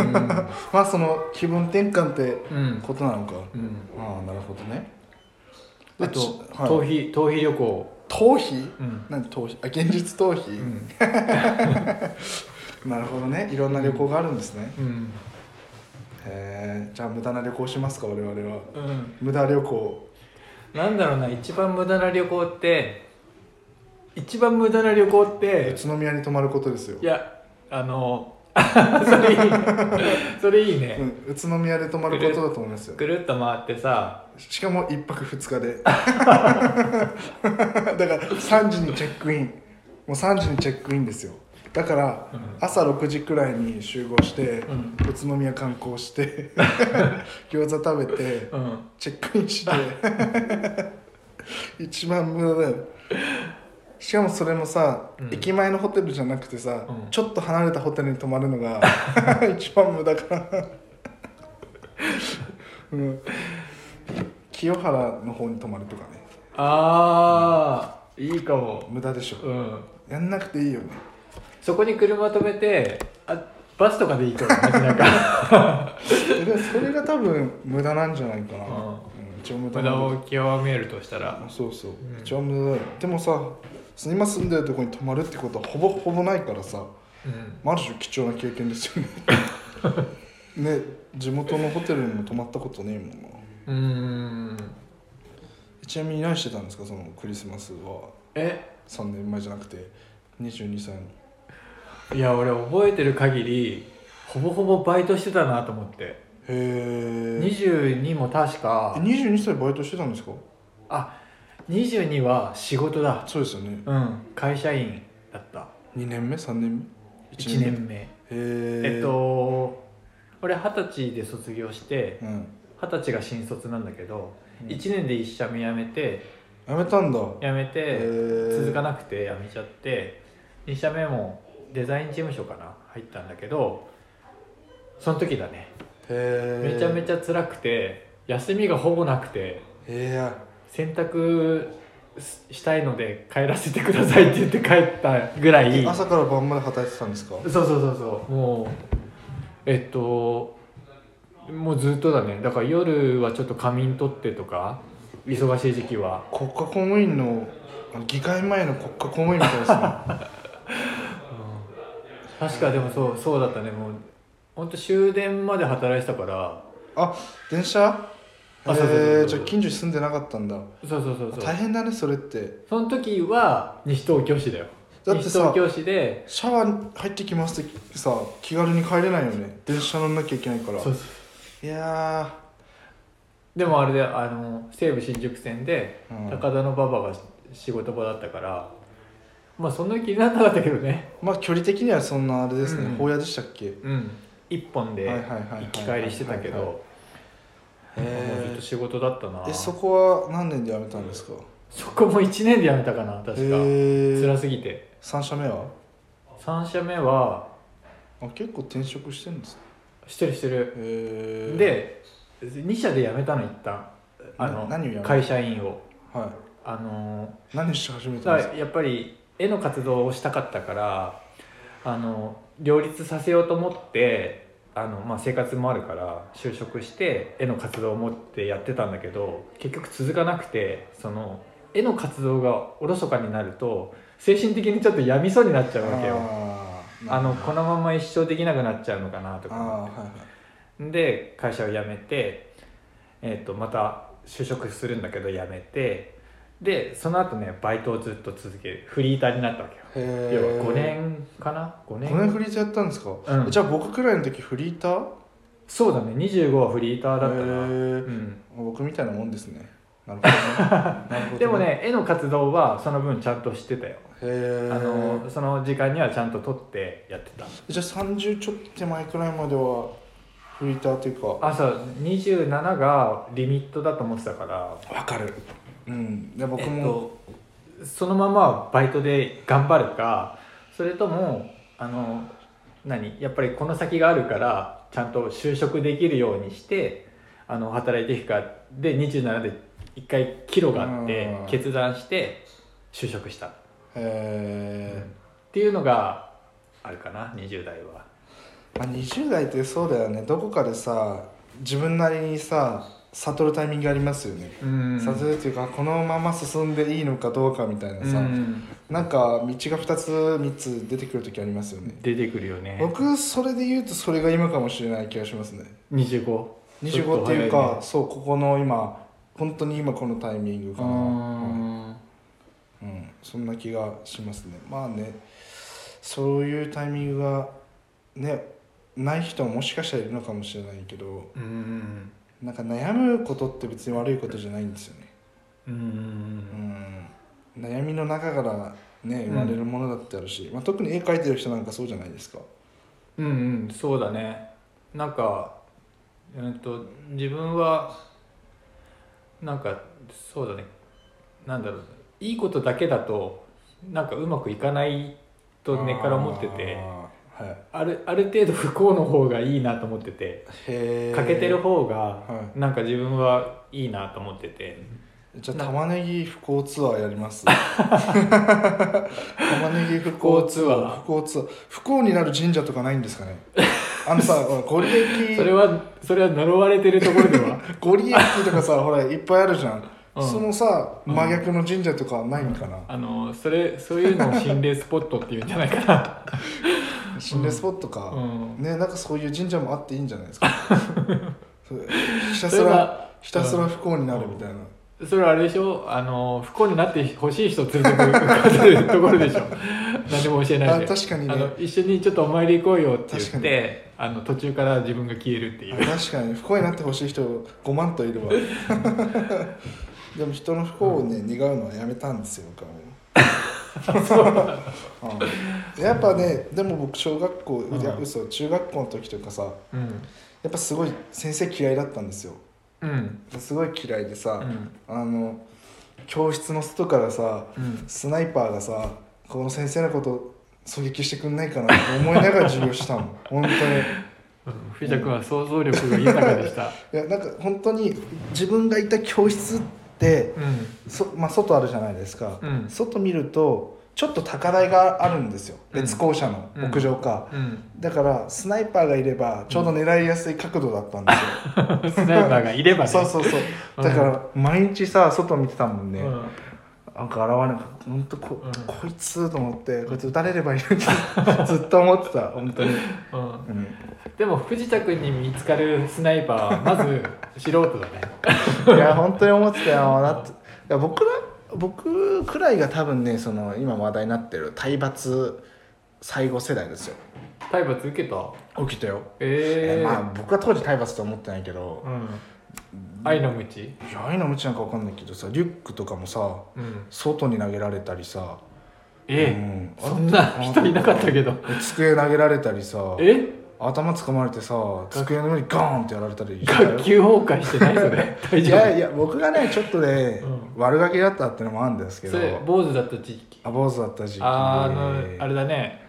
A: まあその気分転換って
B: うん
A: ことなのか、
B: うん
A: ああなるほどね
B: あと
A: ち
B: 逃
A: はい、
B: 避逃避旅行
A: 逃避
B: うん
A: 何逃避あ現実逃避、
B: うん
A: なるほどねいろんな旅行があるんですね、
B: うん
A: へえじゃあ無駄な旅行しますか我々は
B: うん
A: 無駄旅行
B: なんだろうな一番無駄な旅行って一番無駄な旅行って
A: 宇都宮に泊まることですよ
B: いやあの それいいそれいいね
A: う、ん、宇都宮で泊まることだと思いますよ
B: ぐるっと回ってさ
A: しかも1泊2日 で だから3時にチェックインもう3時にチェックインですよだから
B: うん
A: 朝6時くらいに集合して、
B: うん
A: 宇都宮観光して 餃子食べて
B: うん
A: チェックイン して一番無駄だよしかもそれもさ、
B: うん
A: 駅前のホテルじゃなくてさ、
B: うん
A: ちょっと離れたホテルに泊まるの が一番無駄かな、うん、清原の方に泊まるとかね
B: ああいいかも
A: 無駄でしょ
B: うん
A: やんなくていいよね
B: そこに車止めてあバスとかでいいと思うなんか
A: えでもそれが多分無駄なんじゃないかな、
B: うん
A: うん一応無駄
B: 無
A: なんだ
B: 駄
A: けど
B: を極めるとしたら
A: そうそう、
B: ん
A: 一応無駄だよでもさ今住んでるとこに泊まるってことはほぼほぼないからさ
B: うん
A: まあある種貴重な経験ですよね ね地元のホテルにも泊まったことねえもんな
B: うーん
A: ちなみに何してたんですかそのクリスマスは
B: え
A: 3年前じゃなくて22歳の
B: いや俺覚えてる限りほぼほぼバイトしてたなと思って
A: へえ
B: 22も確か
A: 22歳バイトしてたんですか
B: あ22は仕事だ
A: そうですよね
B: うん会社員だった
A: 2年目3年目
B: 1年目
A: へえ
B: えっと俺二十歳で卒業して
A: うん
B: 二十歳が新卒なんだけど、
A: うん
B: 一1年で一社目辞めて
A: やめたんだ
B: 辞めて続
A: 続
B: か
A: い
B: なくて辞めちゃって2社目もデザイン事務所かな入ったんだけどその時だね
A: へえ
B: めちゃめ
A: ゃ
B: ちゃ辛くて休みがほぼなくて
A: へえ
B: 洗濯したいので帰らせてくださいって言って帰ったぐらい
A: 朝から晩まで働いてたんですか
B: そうそうそうそうもうえっともうずっとだねだから夜はちょっと仮眠取ってとか忙しい時期は
A: 国家公務員のあ議会前の国家公務員みたいですね
B: 確かでもそうそうだったねもう本当終電まで働いてたから
A: あ 電車え
B: そうそうそうそう
A: ー、じゃあ近所に住んでなかったんだ
B: そうそうそうそ
A: 大
B: う
A: 変だねそれって
B: その時は西東京市だよ
A: だって
B: 西
A: さ
B: 東京市で
A: シャワー入ってきますってさ気軽に帰れないよね電車乗んなきゃいけないから
B: そうそう
A: いや
B: でもあれであの西武新宿線で
A: ー、うん
B: 高田の馬場が仕事場だったから、まあそんな気にならなかったけどね
A: まあ距離的にはそんなあれですね、
B: うん
A: 法屋でしたっけ
B: うん一本で
A: はいはいはいはいはい
B: 行き帰りしてたけ
A: はいはい
B: ど
A: へ
B: もうずっと仕事だったな
A: えそこは何年で辞めたんですか
B: そこも1年で辞めたかな
A: へ
B: 確か辛
A: ー、
B: すぎて
A: 3社目は
B: 3社目は
A: あ結構転職してるんですね
B: してるしてる
A: へー
B: で2社で辞めたの一旦あ
A: な何をやめ
B: の会社員を
A: は
B: あの
A: い何し始めたん
B: だ
A: です
B: からやっぱり絵の活動をしたかったからあの両立させようと思ってあの、まあ、生活もあるから就職して絵の活動を持ってやってたんだけど結局続かなくてその絵の活動がおろそかになると精神的にちょっと病みそうになっちゃうわけよ。
A: あー
B: あ
A: な
B: の
A: るほ
B: このまま一生できなくなっちゃうのかなと
A: ど
B: か
A: あー
B: 思って
A: はいはい
B: で会社を辞めて、えー、とまた就職するんだけど辞めてでその後ねバイトをずっと続けるフリーターになったわけ
A: へ
B: よ、
A: え
B: 要は5年かな5年
A: 5年フリーターやったんですか、
B: うん
A: じゃあ僕くらいの時フリーター
B: そうだね25はフリーターだったな、
A: へー
B: うん、
A: 僕みたいなもんですねなる ほどねなるほどね
B: でもね絵の活動はその分ちゃんとしてたよ、
A: へえ
B: あのその時間にはちゃんと取ってやってた
A: じゃあ30ちょっと手前くらいまではフリーターというか
B: 朝27がリミットだと思ってたから
A: わかるうんで僕
B: えっ
A: も、
B: と、そのままバイトで頑張るかそれともあの何やっぱりこの先があるからちゃんと就職できるようにしてあの働いていくかで27で一回キロがあって
A: うん
B: 決断して就職したっ
A: え
B: ていうのがあるかな20代は。
A: ーまあ、20代ってそうだよねどこかでさ自分なりにさ悟るタイミングありますよね、
B: うん
A: 悟るっていうかこのまま進んでいいのかどうかみたいなさ、
B: うん
A: なんか道が2つ3つ出てくる時ありますよね
B: 出てくるよね
A: 僕それで言うとそれが今かもしれない気がしますね25
B: 25
A: っていう
B: ちょっと早
A: か
B: いね
A: そうここの今本当に今このタイミングかなうん、そんな気がしますねまあねそういうタイミングがねない人ももしかしたらいるのかもしれないけど
B: うん
A: なんか悩むことって別に悪いことじゃないんですよね、
B: うんう
A: うんん、悩みの中からね生まれるものだってあるし、まあ、特に絵描いてる人なんかそうじゃないですか
B: うんうんそうだねなんか、うん、と自分はなんかそうだねなんだろういいことだけだとなんかうまくいかないと根っから思ってて
A: あーはい
B: あるある程度不幸の方がいいなと思ってて
A: へえ
B: 欠けてる方
A: は
B: がなんか自分はいいなと思ってて、
A: じゃあ玉ねぎ不幸ツアーやります 玉ねぎ不幸ツアー
B: 不
A: 不幸ツアー不幸になる神社とかないんですか ねあのさほらご利益
B: それはそれは呪われてるところでは
A: ご利益とかさほらいっぱいあるじゃん、
B: うん
A: そのさ真逆の神社とかないんかな、
B: あのそれ そういうのを心霊スポットっていうんじゃないかな、
A: 心霊スポットか、
B: うん、
A: ねなんかそういう神社もあっていいんじゃないです かそれひたす
B: それ
A: ら
B: は
A: ひたすら不幸になるみたいな、
B: それはあれでしょあの不幸になってほしい人を連れてくるところで しょ何でも教えない
A: あ
B: であ
A: 確かにね
B: の一緒にちょっとお参り行こうよって言
A: 確
B: っ
A: か
B: てあの途中から自分が消えるってい
A: あ
B: う、
A: 確かに不幸になってほしい人5万といるわ でも人の不幸をね、願うのはやめたんですよ僕はも ううんやっぱねでも僕小学校、いや
B: うん
A: 嘘中学校の時とかさや
B: うん
A: っぱすごい先生嫌いだったんですよ
B: うん
A: すごい嫌いで
B: う
A: さ、
B: ん
A: あの教室の外からさ
B: うん
A: スナイパーがさこの先生のこと狙撃してくんないかなって思いながら授業 したもん本当に
B: 藤田君は想像力が豊かでした
A: いやなんか本当に自分がいた教室って
B: うん
A: そ、まあ、外あるじゃないですか、
B: うん
A: 外見るとちょっと高台があるんですよ
B: うん
A: 別校舎の屋上か、
B: うん
A: だからスナイパーがいればちょうど狙いやすい角度だったんですよ、
B: スナイパーがいればね
A: そうそうそうだから毎日さ外見てたもんね、
B: うん
A: なんか現れなかった本当こ,、こいつと思ってこいつ打たれればいいの にずっと思ってた本当に、
B: うん、
A: うん、
B: でも藤田君に見つかるスナイパーはまず素人だね
A: いや本当に思ってたよだっていや僕ら僕くらいが多分ねその今話題になってる体罰最後世代ですよ
B: 体罰受けた
A: 起きたよ、え
B: ええ
A: まあ僕は当時体罰とは思ってないけど、
B: うん、愛の無知
A: いや愛の無知なんか分かんないけどさリュックとかもさ
B: うん
A: 外に投げられたりさ、
B: え
A: うん
B: そんな人いなかったけど
A: 机投げられたりさ
B: え
A: 頭掴まれてさ机の上にガーンってやられたりしたよ
B: 学級崩壊してないそれ大
A: い
B: 丈
A: やいや僕がねちょっとね、
B: う
A: 悪ガキだったってのもあるんですけ
B: 夫
A: ど
B: それ坊主だった時期
A: あ坊主だった時期
B: あーあのあれだね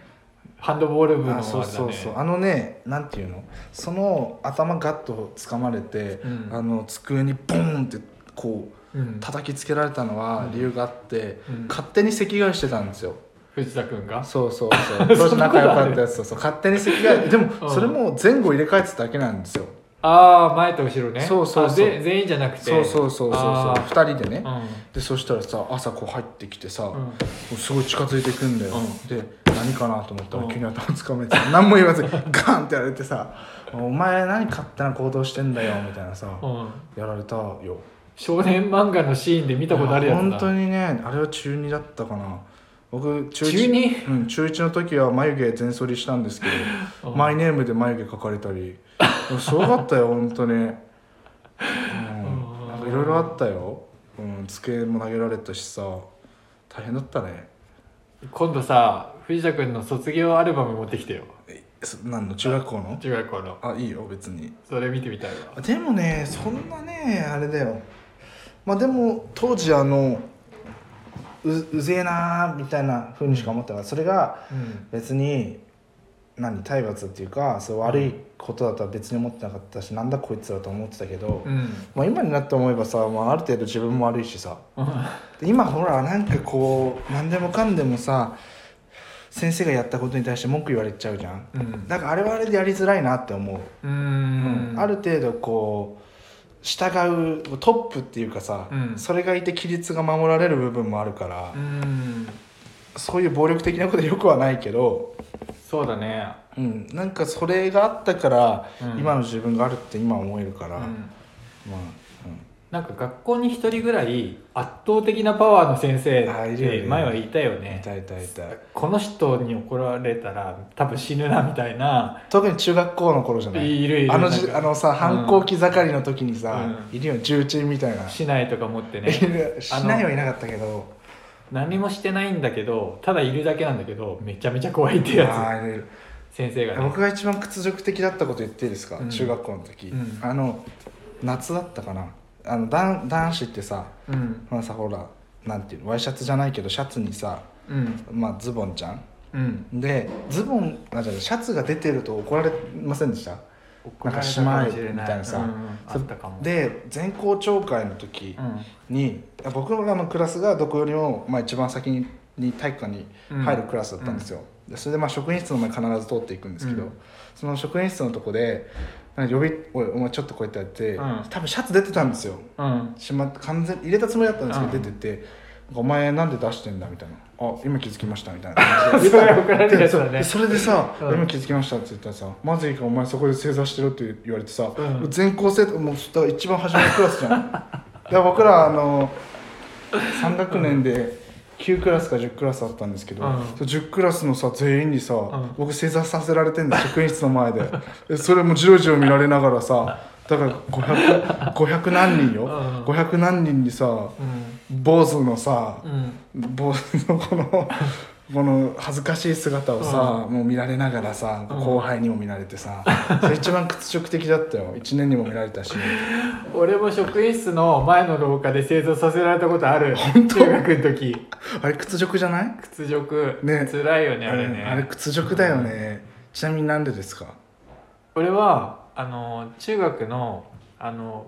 B: ハンドボール部のあれ
A: あ
B: だね
A: そうそうそうあのねなんていうのその頭ガッと掴まれて、
B: うん
A: あの机にボーンってこう
B: うん
A: 叩きつけられたのは理由があって、
B: うん
A: 勝手に席替えしてたんですよ、
B: 藤田君が
A: そうそうそう 当時仲良かったやつとそう勝手に席替えでも、
B: うん
A: それも前後入れ替えてただけなんですよ、
B: ああ前と後ろね
A: そうそうそう
B: あぜ全員じゃなくて
A: そうそうそうそうそう
B: あー
A: 2人でね、
B: うん
A: でそしたらさ朝こう入ってきてさ、
B: うん
A: すごい近づいてくんだよ、
B: う
A: で何かなと思ったら
B: うん
A: 急に頭つかめて 何も言わずにガーンってやられてさ「お前何勝手な行動してんだよ」みたいなさ
B: うん
A: やられたよ
B: 少年漫画のシーンで見たことあるやつだ
A: 本当にねあれは中2だったかな僕中
B: 中
A: 1
B: 二
A: うん、中1の時は眉毛全剃りしたんですけど、
B: うん
A: マイネームで眉毛描かれたりすごかったよ本当にうん
B: うん
A: なんかいろいろあったよ、うん、机も投げられたしさ大変だったね
B: 今度さ藤田君の卒業アルバム持ってきてよ
A: えそ何の中学校の
B: 中学校の
A: あいいよ別に
B: それ見てみたいわ
A: でもねそんなねあれだよまあでも当時あのううぜえなーみたいなふうにしか思ってなかったそれが
B: うん
A: 別に何体罰っていうかそう悪いことだとは別に思ってなかったし、なんだこいつらと思ってたけど、
B: うん
A: まあ、今になって思えばさ、まあ、ある程度自分も悪いしさで今ほらなんかこう何でもかんでもさ先生がやったことに対して文句言われちゃうじゃん
B: うん
A: だからあれはあれでやりづらいなって思う
B: うん
A: ある程度こう従うトップっていうかさ、
B: うん
A: それがいて規律が守られる部分もあるから、
B: うん
A: そういう暴力的なことよくはないけど、
B: そうだね
A: うん、なんかそれがあったから、
B: うん
A: 今の自分があるって今思えるから、
B: う
A: ま
B: ん
A: あ、
B: なんか学校に一人ぐらい圧倒的なパワーの先生
A: あい
B: っ
A: るよね
B: て前はいたよ
A: うん、
B: ね
A: 痛い痛い痛い
B: この人に怒られたら多分死ぬなみたいな
A: 特に中学校の頃じゃない
B: いるいる
A: あの
B: なん
A: じ
B: か
A: あのさ
B: ん
A: 反抗期盛りの時にさ、
B: うん
A: いるよ重鎮みたいな、
B: 市内とか持って ね
A: いるしないはいなかったけど
B: 何もしてないんだけどただいるだけなんだけどめちゃめちゃ怖いってや
A: あーいる
B: つ先生がね
A: 僕が一番屈辱的だったこと言っていいですか、
B: うん
A: 中学校の時、
B: うん
A: あの夏だったかなあの男男子ってさ
B: うん
A: まあさほらなんていうのワイシャツじゃないけどシャツにさ
B: うん
A: まあズボンじゃん
B: うん
A: でズボンあじゃあシャツが出てると怒られませんでした
B: 怒られたもしれ
A: なんかしまえみたいなさ
B: うんうんあったかも
A: で全校長会の時
B: うん
A: に、僕らのクラスがどこよりも、まあ、一番先に体育館に入るクラスだったんですよ、でそれでまあ職員室の前必ず通っていくんですけど、
B: うん
A: その職員室のとこで「なんか呼びおいお前ちょっとこうやってやって、
B: うん
A: 多分シャツ出てたんですよ
B: うん
A: しまって完全入れたつもりだったんですけど、
B: うん
A: 出てて「お前なんで出してんだ」みたいな「あ今気づきました」みたいな 感
B: それ怒られるやつだね
A: でそれでさ「
B: うん
A: 今気づきました」って言ったらさ「まずいいかお前そこで正座してろ」って言われてさ、
B: うん
A: 全校生徒もうだから一番初めのクラスじゃん で僕らあの3学年で9クラスか10クラスあったんですけど、
B: うん
A: そう10クラスのさ全員にさ、
B: ん
A: 僕正座させられてんだ職員室の前ででそれもじろじろ見られながらさだから 500, 500何人よ、
B: うん
A: 500何人にさ
B: うん
A: 坊主のさ
B: うん
A: 坊主のこのこの恥ずかしい姿をさ、もう見られながらさ
B: うん
A: 後輩にも見られてさ、それ一番屈辱的だったよ1年にも見られたし
B: 俺も職員室の前の廊下で正座させられたことある中学の時
A: あれ屈辱じゃない
B: 屈辱
A: ね
B: 辛いよねあれ
A: うんあれ
B: ね
A: 屈辱だよね、ちなみになんでですか
B: 俺はあの中学のあの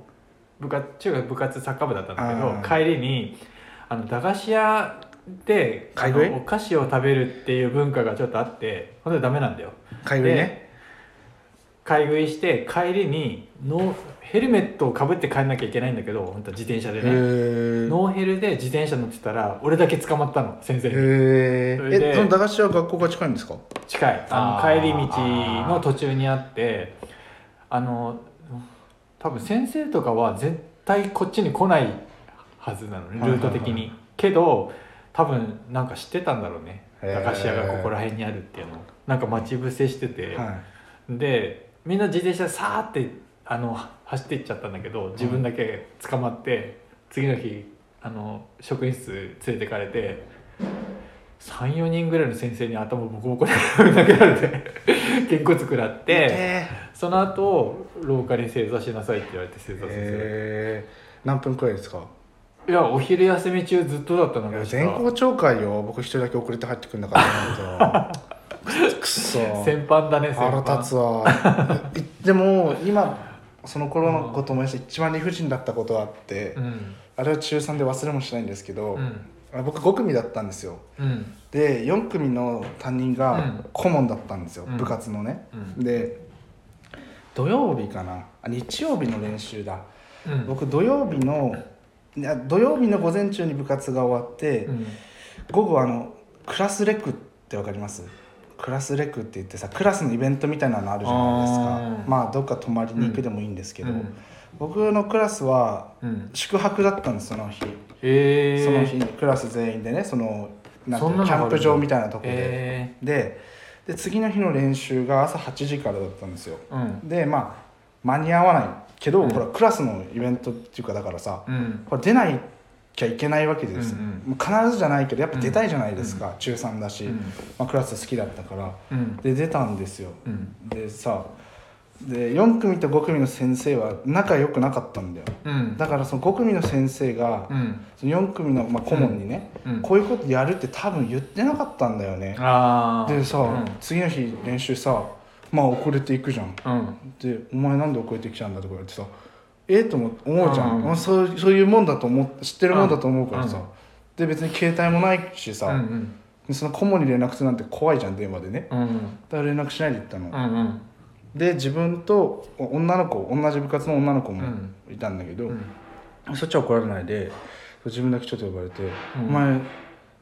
B: 部活中学部活サッカー部だったん
A: あ
B: だけ
A: ー
B: ど帰りにあの駄菓子屋であ
A: 買い食い
B: のお菓子を食べるっていう文化がちょっとあってほんとはダメなんだよ
A: かゆいね
B: で買い食いして帰りにノーヘルメットをかぶって帰んなきゃいけないんだけど本当は自転車でね
A: へえ
B: ノーヘルで自転車乗ってたら俺だけ捕まったの先生に
A: へ
B: そ
A: ー
B: れで
A: えその駄菓子屋学校が近いんですか
B: 近いあ
D: あー
B: の帰り道の途中にあってあの多分先生とかは絶対こっちに来ないはずなのね
A: はいはいはい
B: ルート的に、けど多分なんか知ってたんだろうね
A: へー
B: 駄菓子屋がここら辺にあるっていうのをなんか待ち伏せしてて、
A: は
B: でみんな自転車でさーってあの走っていっちゃったんだけど自分だけ捕まって、次の日あの職員室連れてかれて34人ぐらいの先生に頭ボコボコに投げられて げんこつ食らっ
A: い
B: て
A: え
B: その後廊下に正座しなさいって言われて正座させられて
A: え何分くらいですか
B: いやお昼休み中ずっとだったの
A: いや
B: が
A: 全校長会よ僕一人だけ遅れて入ってくんなかったんだけどくっそ
B: 先般だね先
A: 腹立つ
B: 般
A: わ いでも今その頃のこと思い出して一番理不尽だったことがあって、
B: うん
A: あれは中3で忘れもしないんですけど、
B: うん
A: あ僕5組だったんですよ
B: うん
A: で4組の担任
B: う
A: が
B: ん
A: 顧問だったんですよ、
B: うん
A: 部活のね、
B: うん
A: で土曜日かなあ日曜日の練習だ
B: うん
A: 僕土曜日のいや土曜日の午前中に部活が終わって、
B: うん
A: 午後あのクラスレクってわかりますクラスレクって言ってさクラスのイベントみたいなのあるじゃないですか
B: あー
A: まあどっか泊まりに行くでもいいんですけど、
B: うん
A: 僕のクラスは
B: うん
A: 宿泊だったんですその日、
B: へえ
A: その日にクラス全員でねそのなんていう
B: そんなの
A: のキ
B: が
A: ャ
B: あ
A: ン
B: るんだ
A: プ場みたいなとこで、
B: へ
A: でで次の日の練習が朝8時からだったんですよ
B: えうん
A: でまあ間に合わないけど、
B: うん
A: ほらクラスのイベントっていうかだからさ、
B: うん
A: これ出ないきゃいけないわけです、
B: うん
A: もう必ずじゃないけどやっぱ出たいじゃないですか、中3だし、
B: うん
A: まあ、クラス好きだったから
B: うん
A: で出たんですよ
B: うん
A: でさで4組と5組の先生は仲良くなかったんだよ
B: うん
A: だからその5組の先生が、
B: うん
A: その4組の、まあ、顧問にね、
B: うん
A: こういうことやるって多分言ってなかったんだよね、
B: ああ
A: でさ、次の日練習さまあ遅れていくじゃん
B: うんうん
A: で「お前なんで遅れてきたんだ」とか言われてさえっ、と思思うじゃん、
B: うん
A: まあそうそういうもんだと思って知ってるもんだと思うからさ、
B: うん
A: で別に携帯もないし
B: う
A: さ、
B: ん
A: でその顧問に連絡するなんて怖いじゃん電話でね
B: うんうん
A: だから連絡しないで行ったの、
B: うんうん
A: で自分とお女の子同じ部活の女の子
B: う
A: も
B: ん
A: いたんだけど、
B: うん
A: そっちは怒られないで自分だけちょっと呼ばれて「
B: うん
A: お前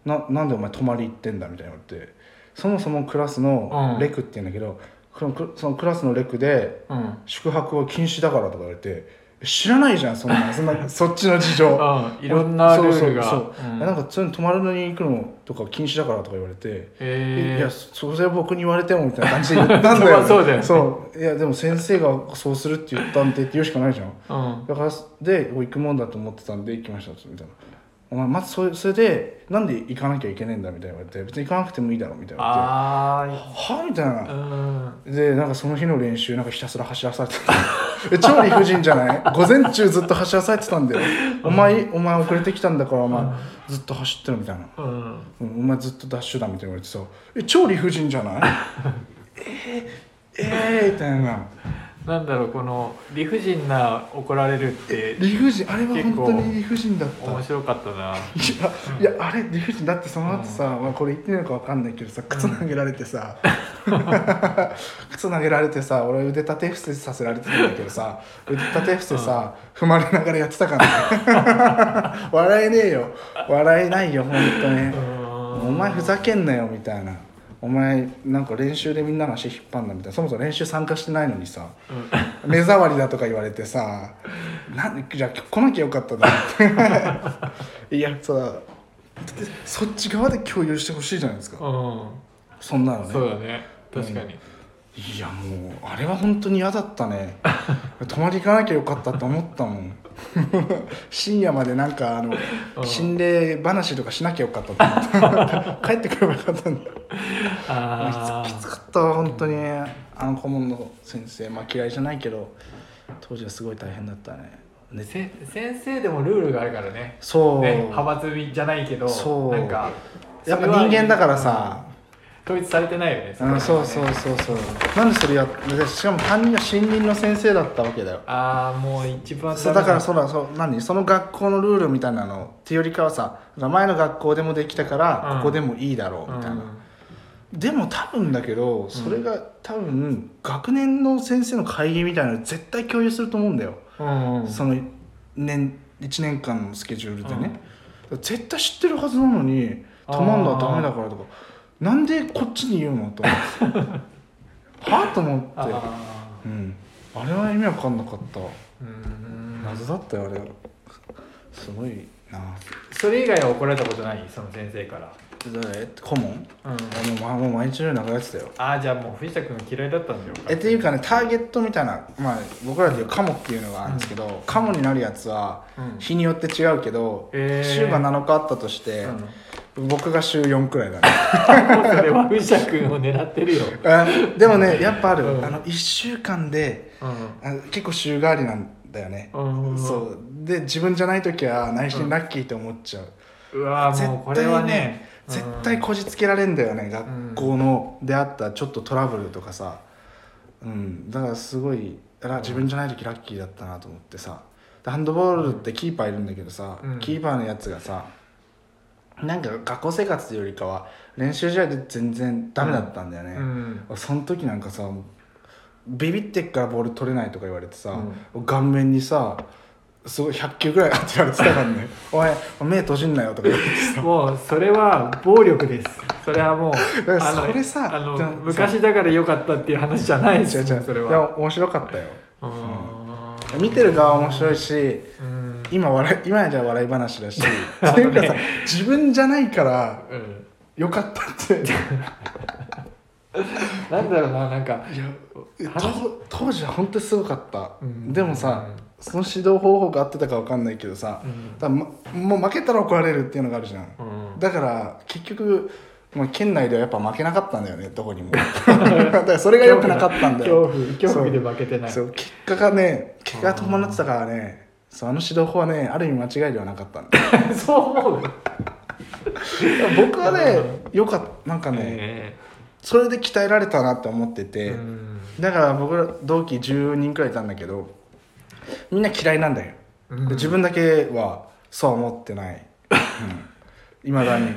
A: ななんでお前泊まり行ってんだ」みたいなのってそもそもクラスの
B: うん
A: レクって言うんだけど、そのクそのクラスのレクで
B: うん
A: 宿泊は禁止だからとか言われて知らないじゃんそんなそん なそっちの事情
B: あいろんなルールが
A: そうそうそう
B: うん
A: なんかそういうの泊まるのに行くのとか禁止だからとか言われて、
B: へえ
A: いやそそれは僕に言われてもみたいな感じで言ったんだよ、
B: まあ そうだよね
A: そういやでも先生がそうするって言ったんでって言うしかないじゃん
B: うん
A: だからで行くもんだと思ってたんで行きましたみたいな「お前まずそれそれでなんで行かなきゃいけないんだ」みたいな言われて「別に行かなくてもいいだろ」みたいな言わ
B: あ
A: れて「はあ?」みたい
B: あう
A: な。
B: ん
A: でなんかその日の練習なんかひたすら走らされてた え超理不尽じゃない午前中ずっと走らされてたんだよお前お前遅れてきたんだからお前ずっと走ってるみたいな、
B: うん
A: うん、お前ずっとダッシュだみたいな言われてさえ超理不尽じゃない えー、えー、みたいな
B: なんだろうこの理不尽な怒られるって
A: 理不尽あれは本当に理不尽だった
B: 面白かったない
A: やいやあれ理不尽だってその後さ、まあ、これ言ってるのかわかんないけどさ靴投げられてさ、 靴投げられてさ俺腕立て伏せさせられてたんだけどさ腕立て伏せさ、踏まれながらやってたからね 笑えねえよ笑えないよほんとねお前ふざけんなよみたいなお前なんか練習でみんなの足引っ張んなみたいなそもそも練習参加してないのにさ、目障りだとか言われてさなんじゃあ来なきゃよかったなって いやさそっち側で共有してほしいじゃないですか
B: うん
A: そんなのね
B: そうだね確かに
A: いやもうあれは本当に嫌だった ね泊まり行かなきゃよかったと思ったもん深夜までなんかあの
B: うん
A: 心霊話とかしなきゃよかったと思った帰ってくればよかったんだ
B: あ
A: きつかったわ本当にあの顧問の先生まあ嫌いじゃないけど当時はすごい大変だったね
B: あ
A: ね
B: せ先生でもルールがあるからね
A: そう、
B: ね派閥じゃないけど
A: そう
B: なんか
A: やっぱ人間だからさ、
B: 統一されてないよね
A: うん、
B: こ
A: そ
B: は
A: う
B: ね
A: そうそうそうなんでそれやでしかも担任が新任の先生だったわけだよ
B: ああもう一番
A: そうだから
B: そ
A: そらそう何その学校のルールみたいなのっていうよりかはさ前の学校でもできたから
B: うん
A: ここでもいいだろうみたいな、
B: うん
A: でも多分だけどそれが多分学年の先生の会議みたいなの絶対共有すると思うんだよ、
B: うんうん
A: その年1年間のスケジュールでね、絶対知ってるはずなのに「頼んだらダメだから」とか「なんでこっちに言うの?」と思 って「はあ?」と思
B: あ
A: って
B: あ
A: うん、あれは意味わかんなかった
B: うん
A: 謎だったよあれはすごいな
B: それ以外は怒られたことないその先生から、
A: 誰顧問
B: うん、
A: 俺もまあもう毎日のように流れてたよ
B: ああじゃあもう藤田君嫌いだったんだよ
A: えっていうかねターゲットみたいな、まあ、僕らでいうカモっていうのがあるんですけど、カモになるやつは
B: うん
A: 日によって違うけど、
B: えー
A: 週が7日あったとして、
B: うん
A: 僕が週4くらいだね
B: それは藤田君を狙ってるよ、
A: えでもねやっ ぱある、
B: うん
A: あの1週間で
B: う
A: あの結構週替わりなんだよね、
B: んうん、
A: そうで自分じゃない時は内心ラッキーって思っちゃう、
B: うわーもうこれはね
A: 絶対こじつけられんだよね、学校のであったちょっとトラブルとかさうんだからすごいあら自分じゃない時ラッキーだったなと思ってさでハンドボールってキーパーいるんだけどさ、
B: うん
A: キーパーのやつがさなんか学校生活よりかは練習試合で全然ダメだったんだよね、
B: うん
A: その時なんかさビビってっからボール取れないとか言われてさ、
B: う
A: 顔面にさすごい100球ぐらいあって言われてたから ね「おい目閉じんなよ」とか言われてさ
B: もうそれは暴力ですそれはもう
A: だから
B: あの
A: それさ
B: あの
A: じゃあ
B: 昔だから良かったっていう話じゃないです
A: 違う違う
B: それ
A: いや
B: は
A: 面白かったよ
B: うん
A: 見てる側は面白いし
B: うん
A: 今笑い今じゃ笑い話 だしっていうかさ自分じゃないから
B: うん
A: よかった って
B: なんだろうななんか話
A: と当時は本当にすごかった、
B: うん
A: でもさ、その指導方法が合ってたか分かんないけどさ、
B: うん
A: だからまもう負けたら怒られるっていうのがあるじゃん、
B: うん
A: だから結局、まあ、県内ではやっぱ負けなかったんだよねどこにもだからそれが良くなかったんだよ
B: 恐怖恐怖で負けてない
A: そう結果がね結果が伴ってたからねそうあの指導法はねある意味間違いではなかったんだよ
B: そう思う
A: 僕はねよかったなんかね、
B: え
A: それで鍛えられたなって思ってて、
B: えうん
A: だから僕ら同期10人くらいいたんだけどみんな嫌いなんだよ、
B: うん
A: で自分だけはそうは思ってないいま、未だに、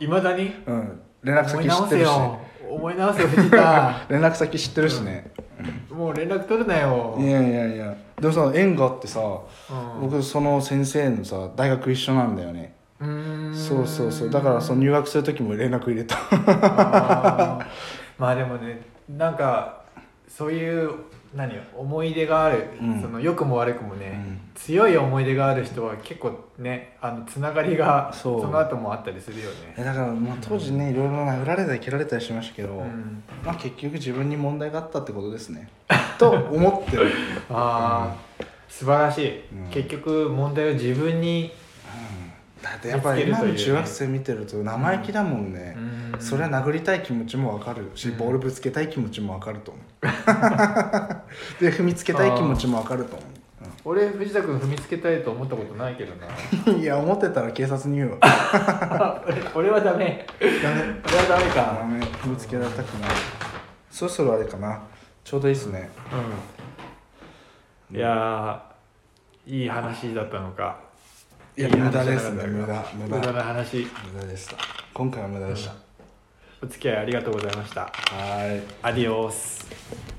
B: いまだに
A: うん、連絡
B: 思
A: 先知
B: い直
A: って
B: せ
A: るし
B: よ思い直せよ藤 田
A: 連絡先知ってるしね、
B: もう連絡取るなよ
A: いやいやいやでもさ縁があってさ、
B: うん
A: 僕その先生のさ大学一緒なんだよね
B: うーん
A: そうそうそうだからその入学する時も連絡入れた
B: あー まあでもねなんかそういう何思い出がある、
A: うん
B: その良くも悪くもね、
A: うん
B: 強い思い出がある人は結構ねあのつながりが
A: そう
B: その後もあったりするよね。
A: えだから、まあ、当時ねいろいろ殴られたり蹴られたりしましたけど、
B: うん、
A: まあ結局自分に問題があったってことです ねと思ってる
B: あー素晴らしい、
A: うん
B: 結局問題を自分に、
A: だってやっぱり
B: 見つ
A: 今
B: けるというね
A: の中学生見てると生意気だもんね、
B: うん
A: それは殴りたい気持ちも分かるし、
B: うん
A: ボールぶつけたい気持ちも分かると思 うで踏みつけたい気持ちも分かると思
B: 俺藤田君踏みつけたいと思ったことないけどな
A: う、うんいや思ってたら警察に言うわ
B: 俺はダメ
A: ダメ
B: 俺はダメか、
A: ダメ踏みつけられたくないそろそろあれかなちょうどいいですね
B: うん、いやーいい話だったのか
A: いや
B: いい話
A: 無駄です
B: じ
A: ね
B: ゃ
A: 無
B: なか
A: 駄
B: った
A: 無
B: 無駄
A: 駄
B: な話
A: 無駄でした今回は無駄でした、
B: お付き合いありがとうございました
A: はーい
B: アディオス